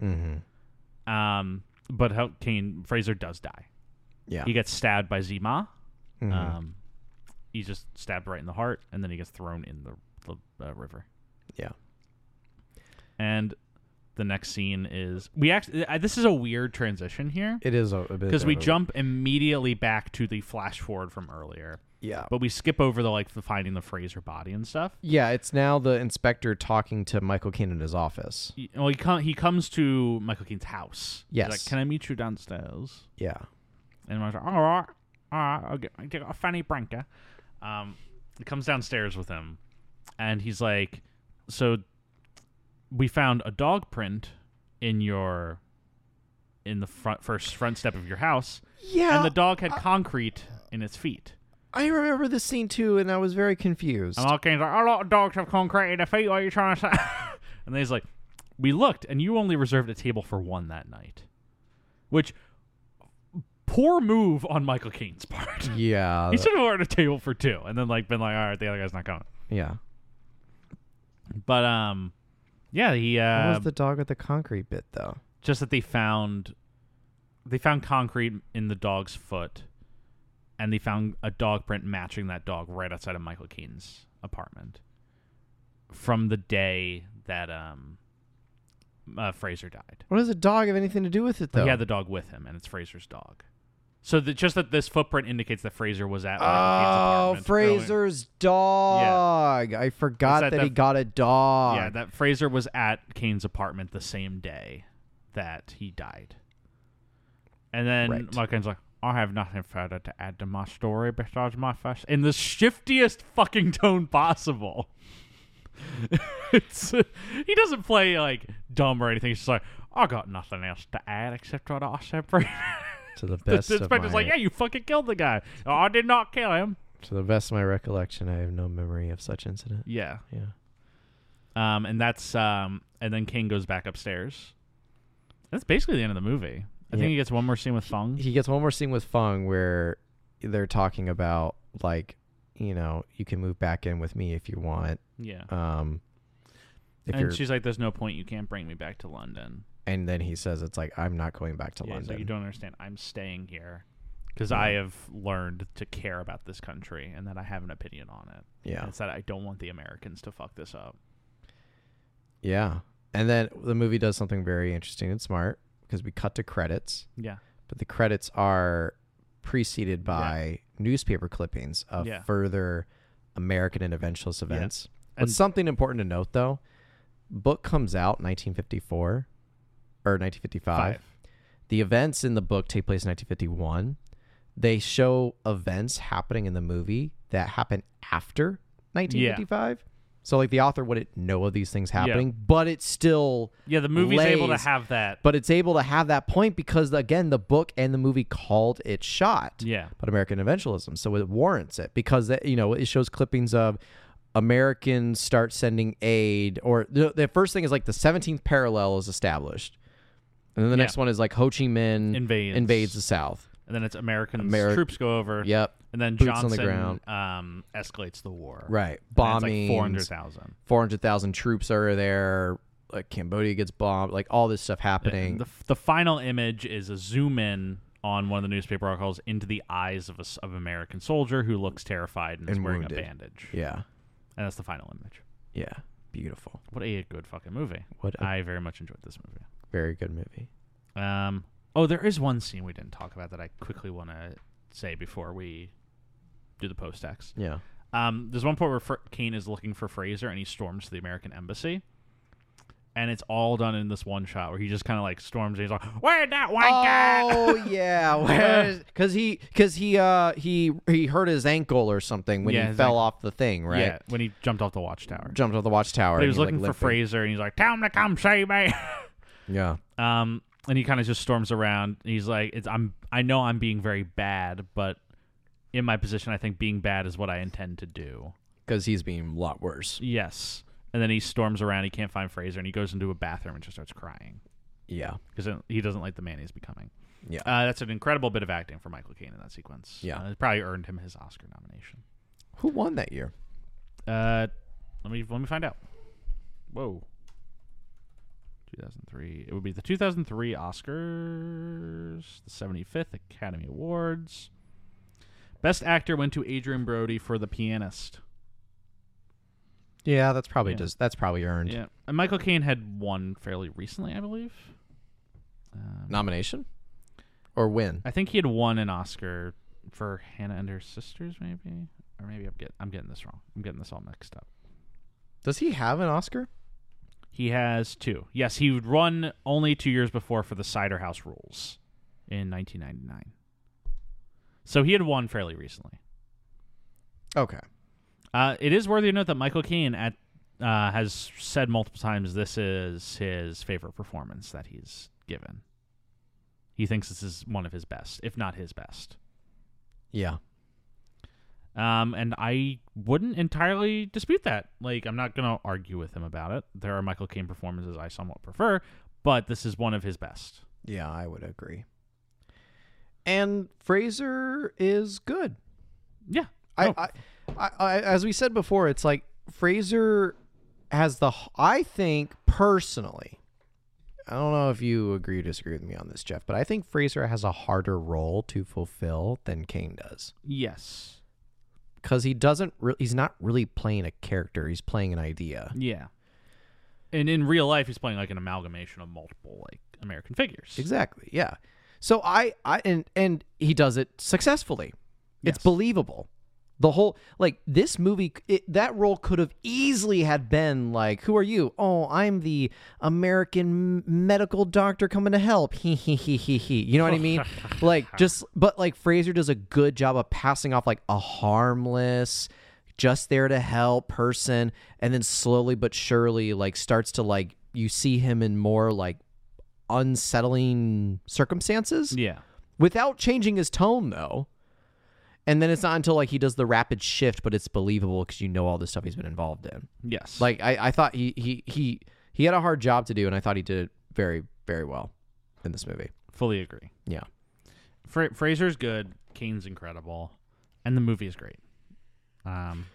Speaker 2: mm-hmm.
Speaker 1: Um, but how Kane Fraser does die.
Speaker 2: Yeah.
Speaker 1: He gets stabbed by Zima.
Speaker 2: Mhm.
Speaker 1: Um, he's just stabbed right in the heart, and then he gets thrown in the, the uh, river.
Speaker 2: yeah.
Speaker 1: And the next scene is we actually I, this is a weird transition here
Speaker 2: It is a bit
Speaker 1: because we
Speaker 2: of a-
Speaker 1: jump immediately back to the flash forward from earlier,
Speaker 2: Yeah.
Speaker 1: but we skip over the like the finding the Fraser body and stuff.
Speaker 2: yeah, it's now the inspector talking to Michael Caine in his office.
Speaker 1: He, well, he, com- he comes to Michael Keane's house. He's
Speaker 2: Yes.
Speaker 1: like, can I meet you downstairs?
Speaker 2: Yeah.
Speaker 1: And Mark's like, all right, all right, I'll get, I'll get a fanny branca. Um, he comes downstairs with him, and he's like, so we found a dog print in your, in the front first front step of your house,
Speaker 2: Yeah.
Speaker 1: and the dog had concrete in its feet.
Speaker 2: I remember this scene too, and I was very confused.
Speaker 1: And all Kane's like, a lot of dogs have concrete in their feet. What are you trying to say? and then he's like, we looked, and you only reserved a table for one that night, which poor move on Michael Caine's part.
Speaker 2: yeah.
Speaker 1: He should have ordered a table for two, and then like been like, all right, the other guy's not coming.
Speaker 2: yeah.
Speaker 1: But um, yeah, he
Speaker 2: What
Speaker 1: uh,
Speaker 2: was the dog with the concrete bit though?
Speaker 1: just that they found they found concrete in the dog's foot, and they found a dog print matching that dog right outside of Michael Keaton's apartment from the day that um uh, Fraser died.
Speaker 2: What does a dog have anything to do with it, though?
Speaker 1: He had the dog with him, and it's Fraser's dog. So the, just that this footprint indicates that Fraser was at. Like, McCain's
Speaker 2: Oh,
Speaker 1: apartment.
Speaker 2: Fraser's dog. I
Speaker 1: It's
Speaker 2: forgot that,
Speaker 1: that
Speaker 2: he
Speaker 1: def-
Speaker 2: got a dog.
Speaker 1: Yeah, that Fraser was at Kane's apartment the same day that he died. And then
Speaker 2: Right.
Speaker 1: right. like, I have nothing further to add to my story besides my first in the shiftiest fucking tone possible. it's he doesn't play like dumb or anything. He's just like, I got nothing else to add except what I said previously.
Speaker 2: to the
Speaker 1: The
Speaker 2: best of my,
Speaker 1: inspector's like, Yeah, you fucking killed the guy. "Oh, I did not kill him.
Speaker 2: to the best of my recollection, I have no memory of such incident.
Speaker 1: Yeah.
Speaker 2: Yeah.
Speaker 1: Um, and that's um, and then Kane goes back upstairs. That's basically the end of the movie. I
Speaker 2: Yeah.
Speaker 1: think he gets one more scene with Fung.
Speaker 2: He gets one more scene with Fung where they're talking about like, you know, you can move back in with me if you want.
Speaker 1: yeah,
Speaker 2: Um if
Speaker 1: and
Speaker 2: you're
Speaker 1: she's like, "There's no point. You can't bring me back to London."
Speaker 2: and then he says it's like I'm not going back to
Speaker 1: Yeah, he's
Speaker 2: London.
Speaker 1: like, you don't understand. I'm staying here because I have learned to care about this country and that I have an opinion on it.
Speaker 2: yeah.
Speaker 1: It's that I don't want the Americans to fuck this up.
Speaker 2: Yeah. And then the movie does something very interesting and smart because we cut to credits,
Speaker 1: Yeah,
Speaker 2: but the credits are preceded by newspaper clippings of
Speaker 1: Yeah.
Speaker 2: further American interventionist events. But
Speaker 1: And-
Speaker 2: something important to note though, book comes out 1954 or 1955. The events in the book take place in 1951. They show events happening in the movie that happen after 1955. So like the author wouldn't know of these things happening, but it's still
Speaker 1: Yeah, the movie's able to
Speaker 2: Lays.
Speaker 1: have that.
Speaker 2: but it's able to have that point because again the book and the movie called it shot.
Speaker 1: yeah,
Speaker 2: But American eventualism, so it warrants it because that you know it shows clippings of Americans start sending aid or the, the first thing is like the 17th parallel is established. And then the
Speaker 1: Yeah.
Speaker 2: next one is like Ho Chi Minh
Speaker 1: Invades.
Speaker 2: invades the South.
Speaker 1: and then it's Americans.
Speaker 2: Ameri-
Speaker 1: troops go over.
Speaker 2: Yep.
Speaker 1: and then
Speaker 2: boots
Speaker 1: Johnson
Speaker 2: on the ground.
Speaker 1: um escalates the war.
Speaker 2: Right.
Speaker 1: And it's
Speaker 2: Bombing.
Speaker 1: like four hundred thousand.
Speaker 2: four hundred thousand troops are there. Like Cambodia gets bombed. Like all this stuff happening.
Speaker 1: The, the final image is a zoom in on one of the newspaper articles into the eyes of a s- of an American soldier who looks terrified and, is
Speaker 2: And
Speaker 1: wearing
Speaker 2: wounded.
Speaker 1: a bandage.
Speaker 2: yeah,
Speaker 1: And that's the final image.
Speaker 2: yeah, beautiful.
Speaker 1: What a good fucking movie.
Speaker 2: What a
Speaker 1: I very much enjoyed this movie.
Speaker 2: very good movie.
Speaker 1: Um, oh, there is one scene we didn't talk about that I quickly want to say before we do the post tax.
Speaker 2: Yeah,
Speaker 1: Um, there's one point where Fr- Kane is looking for Fraser and he storms to the American embassy. And it's all done in this one shot where he just kind of like storms and he's like, Where'd that white guy?
Speaker 2: Oh yeah, because he because he uh he he hurt his ankle or something when
Speaker 1: Yeah,
Speaker 2: he
Speaker 1: his
Speaker 2: fell
Speaker 1: ankle.
Speaker 2: off the thing, right?
Speaker 1: Yeah, when he jumped off the watchtower.
Speaker 2: Jumped off the watchtower.
Speaker 1: But he
Speaker 2: and
Speaker 1: was
Speaker 2: like,
Speaker 1: looking for
Speaker 2: limping.
Speaker 1: Fraser and he's like, Tell him to come see me.
Speaker 2: Yeah,
Speaker 1: um, and he kind of just storms around. He's like, it's, I'm, I know I'm being very bad, but in my position, I think being bad is what I intend to do.
Speaker 2: because he's being a lot worse.
Speaker 1: Yes. And then he storms around. He can't find Fraser and he goes into a bathroom and just starts crying.
Speaker 2: Yeah,
Speaker 1: because he doesn't like the man he's becoming.
Speaker 2: Yeah.
Speaker 1: uh, that's an incredible bit of acting for Michael Caine in that sequence.
Speaker 2: Yeah.
Speaker 1: Uh, it probably earned him his Oscar nomination.
Speaker 2: who won that year?
Speaker 1: Uh, let me let me find out. Whoa, 2003. It would be the 2003 Oscars, the 75th Academy Awards. Best actor went to Adrian Brody for The Pianist.
Speaker 2: Yeah, that's probably
Speaker 1: Yeah.
Speaker 2: just that's probably earned
Speaker 1: Yeah, and Michael Caine had won fairly recently, I believe. Um,
Speaker 2: nomination or win.
Speaker 1: I think he had won an Oscar for Hannah and her sisters, maybe, or maybe I'm get I'm getting this wrong. I'm getting this all mixed up.
Speaker 2: Does he have an Oscar?
Speaker 1: He has two. Yes, he would run only two years before for the Cider House Rules in 1999. So he had won fairly recently.
Speaker 2: Okay.
Speaker 1: Uh, it is worthy of note that Michael Caine at uh, has said multiple times this is his favorite performance that he's given. He thinks this is one of his best, if not his best.
Speaker 2: Yeah.
Speaker 1: Um, and I wouldn't entirely dispute that. Like, I'm not going to argue with him about it. There are Michael Caine performances I somewhat prefer, but this is one of his best.
Speaker 2: Yeah, I would agree. And Fraser is good.
Speaker 1: Yeah. Oh,
Speaker 2: I,
Speaker 1: No.
Speaker 2: I, I, I, as we said before, it's like Fraser has the. h- I think personally, I don't know if you agree or disagree with me on this, Jeff, but I think Fraser has a harder role to fulfill than Kane does
Speaker 1: yes.
Speaker 2: because he doesn't. Re- he's not really playing a character. He's playing an idea.
Speaker 1: Yeah. and in real life, he's playing like an amalgamation of multiple like American figures.
Speaker 2: Exactly. Yeah. So I I and and he does it successfully. It's
Speaker 1: Yes.
Speaker 2: believable. The whole like this movie it, that role could have easily had been like who are you? Oh, I'm the American medical doctor coming to help. He he he he he. You know what I mean? like just but like Fraser does a good job of passing off like a harmless just there to help person and then slowly but surely like starts to like you see him in more like unsettling circumstances
Speaker 1: Yeah.
Speaker 2: without changing his tone though. And then it's not until like he does the rapid shift, but it's believable because you know all the stuff he's been involved in.
Speaker 1: Yes.
Speaker 2: Like I, I thought he he he he had a hard job to do, and I thought he did it very very well in this movie.
Speaker 1: fully agree.
Speaker 2: Yeah,
Speaker 1: Fra- Fraser's good. Kane's incredible, and the movie is great. Um,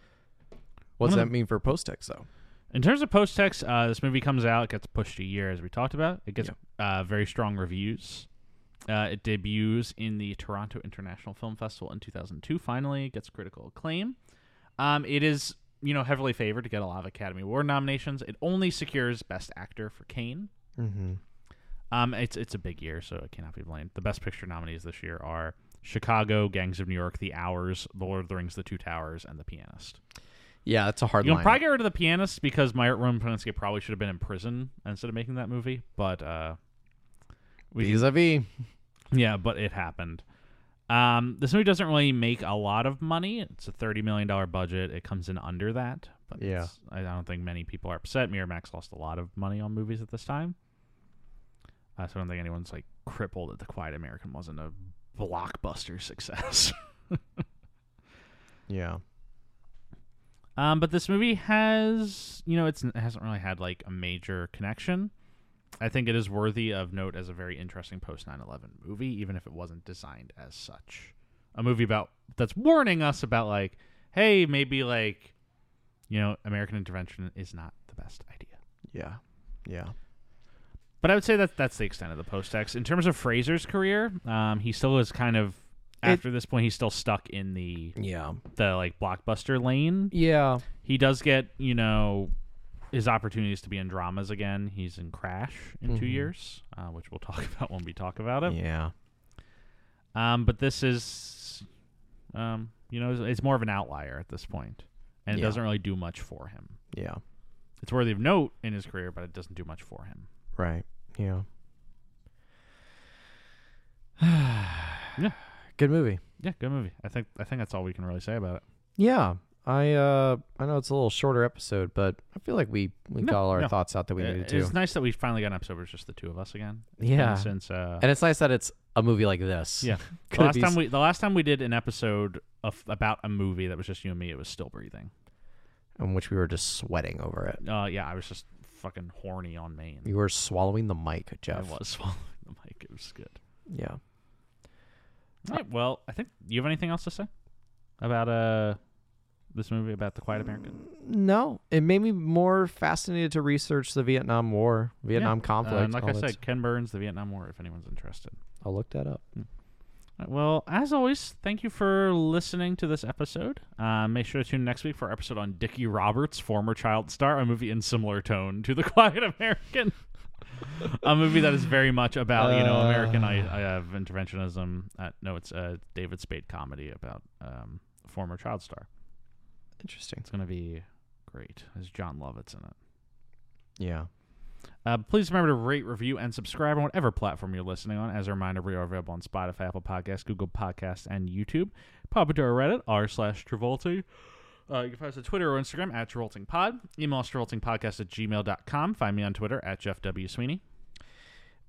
Speaker 2: what does
Speaker 1: One
Speaker 2: that
Speaker 1: of
Speaker 2: mean for post text though?
Speaker 1: in terms of post text, uh, this movie comes out. It gets pushed a year, as we talked about. It gets uh, very strong reviews. Uh, it debuts in the Toronto International Film Festival in 2002. Finally, it gets critical acclaim. Um, it is you know heavily favored to get a lot of Academy Award nominations. It only secures Best Actor for Kane.
Speaker 2: Mm-hmm.
Speaker 1: Um, it's it's a big year, so it cannot be blamed. The best picture nominees this year are Chicago, Gangs of New York, The Hours, The Lord of the Rings, The Two Towers, and The Pianist.
Speaker 2: Yeah, that's a hard
Speaker 1: You'll
Speaker 2: line.
Speaker 1: probably get rid of The Pianist because my Roman Polanski probably should have been in prison instead of making that movie, but uh, we
Speaker 2: Vis a vis.
Speaker 1: yeah, but it happened. Um, this movie doesn't really make a lot of money. It's a thirty million dollar budget. It comes in under that, but
Speaker 2: Yeah.
Speaker 1: it's- I don't think many people are upset. Miramax lost a lot of money on movies at this time, uh, so I don't think anyone's like crippled that The Quiet American wasn't a blockbuster success.
Speaker 2: Yeah.
Speaker 1: Um, but this movie has, you know, it's, it hasn't really had like a major connection. I think it is worthy of note as a very interesting post 9 11 movie, even if it wasn't designed as such. A movie about that's warning us about like, hey, maybe like, you know, American intervention is not the best idea.
Speaker 2: Yeah. Yeah.
Speaker 1: But I would say that that's the extent of the post text. In terms of Fraser's career, um, he still is kind of after this point, he's still stuck in the
Speaker 2: Yeah.
Speaker 1: the like blockbuster lane.
Speaker 2: Yeah.
Speaker 1: he does get you know his opportunities to be in dramas again he's in crash in two
Speaker 2: Mhm.
Speaker 1: years uh, which we'll talk about when we talk about it
Speaker 2: Yeah.
Speaker 1: um, but this is um, you know it's, it's more of an outlier at this point and it
Speaker 2: Yeah.
Speaker 1: doesn't really do much for him
Speaker 2: Yeah.
Speaker 1: it's worthy of note in his career but it doesn't do much for him
Speaker 2: Right. Yeah.
Speaker 1: Yeah.
Speaker 2: Good movie.
Speaker 1: yeah good movie i think i think that's all we can really say about it
Speaker 2: Yeah. I uh I know it's a little shorter episode, but I feel like we we
Speaker 1: No,
Speaker 2: got all our
Speaker 1: no.
Speaker 2: thoughts out that we
Speaker 1: Uh,
Speaker 2: needed
Speaker 1: it's
Speaker 2: to.
Speaker 1: nice that we finally got an episode where it's just the two of us again
Speaker 2: Yeah.
Speaker 1: And since uh
Speaker 2: And it's nice that it's a movie like this.
Speaker 1: yeah
Speaker 2: Could
Speaker 1: the last
Speaker 2: be
Speaker 1: time
Speaker 2: s-
Speaker 1: we the last time we did an episode of about a movie that was just you and me it was still breathing
Speaker 2: in which we were just sweating over it.
Speaker 1: Uh, yeah, I was just fucking horny on Maine.
Speaker 2: You were swallowing the mic,
Speaker 1: I
Speaker 2: Jeff.
Speaker 1: was swallowing the mic. It was good.
Speaker 2: Yeah.
Speaker 1: All right. Well, I think you have anything else to say about uh this movie about the Quiet American
Speaker 2: No, it made me more fascinated to research the Vietnam War, Vietnam
Speaker 1: Yeah.
Speaker 2: conflict.
Speaker 1: Uh, and like
Speaker 2: all
Speaker 1: I
Speaker 2: that
Speaker 1: said,
Speaker 2: stuff.
Speaker 1: Ken Burns, the Vietnam War. If anyone's interested.
Speaker 2: I'll look that up.
Speaker 1: All right, Well, as always, thank you for listening to this episode. Uh, make sure to tune in next week for our episode on Dickie Roberts, former child star, a movie in similar tone to The Quiet American, a movie that is very much about you know American I, uh, interventionism. Uh, no, it's a David Spade comedy about um, a former child star.
Speaker 2: Interesting.
Speaker 1: It's gonna be great. There's John Lovitz in it.
Speaker 2: Yeah.
Speaker 1: Uh, please remember to rate, review, and subscribe on whatever platform you're listening on. As a reminder, we are available on Spotify, Apple Podcasts, Google Podcasts, and YouTube. Pop into our Reddit, r slash Travolti. Uh, you can find us on Twitter or Instagram at TravoltingPod. Email us TravoltingPodcast at gmail.com. Find me on Twitter at Jeff W. Sweeney.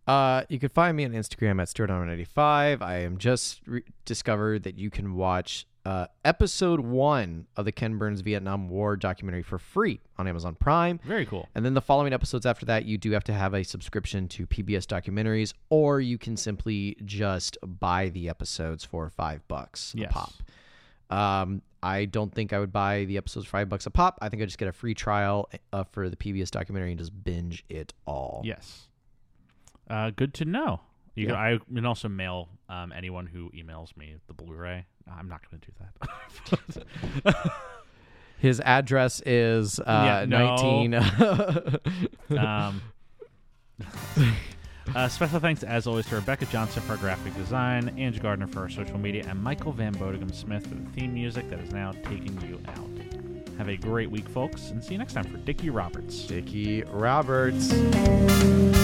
Speaker 2: Uh, you can find me on Instagram at Stuart95. I am just re- discovered that you can watch uh, episode one of the Ken Burns Vietnam War documentary for free on Amazon Prime.
Speaker 1: Very cool.
Speaker 2: And then the following episodes after that, you do have to have a subscription to PBS documentaries, or you can simply just buy the episodes for five bucks
Speaker 1: Yes.
Speaker 2: a pop. Um, I don't think I would buy the episodes for five bucks a pop. I think I just get a free trial uh, for the PBS documentary and just binge it all.
Speaker 1: Yes. Uh, good to know. You
Speaker 2: Yeah.
Speaker 1: can, I can also mail um, anyone who emails me the Blu ray. I'm not going to do that.
Speaker 2: His address is uh,
Speaker 1: Yeah, no.
Speaker 2: 19.
Speaker 1: Um, uh, special thanks, as always, to Rebecca Johnson for our graphic design, Ange Gardner for our social media, and Michael Van Bodegum Smith for the theme music that is now taking you out. Have a great week, folks, and see you next time for Dickie Roberts.
Speaker 2: Dickie Roberts.
Speaker 4: Thank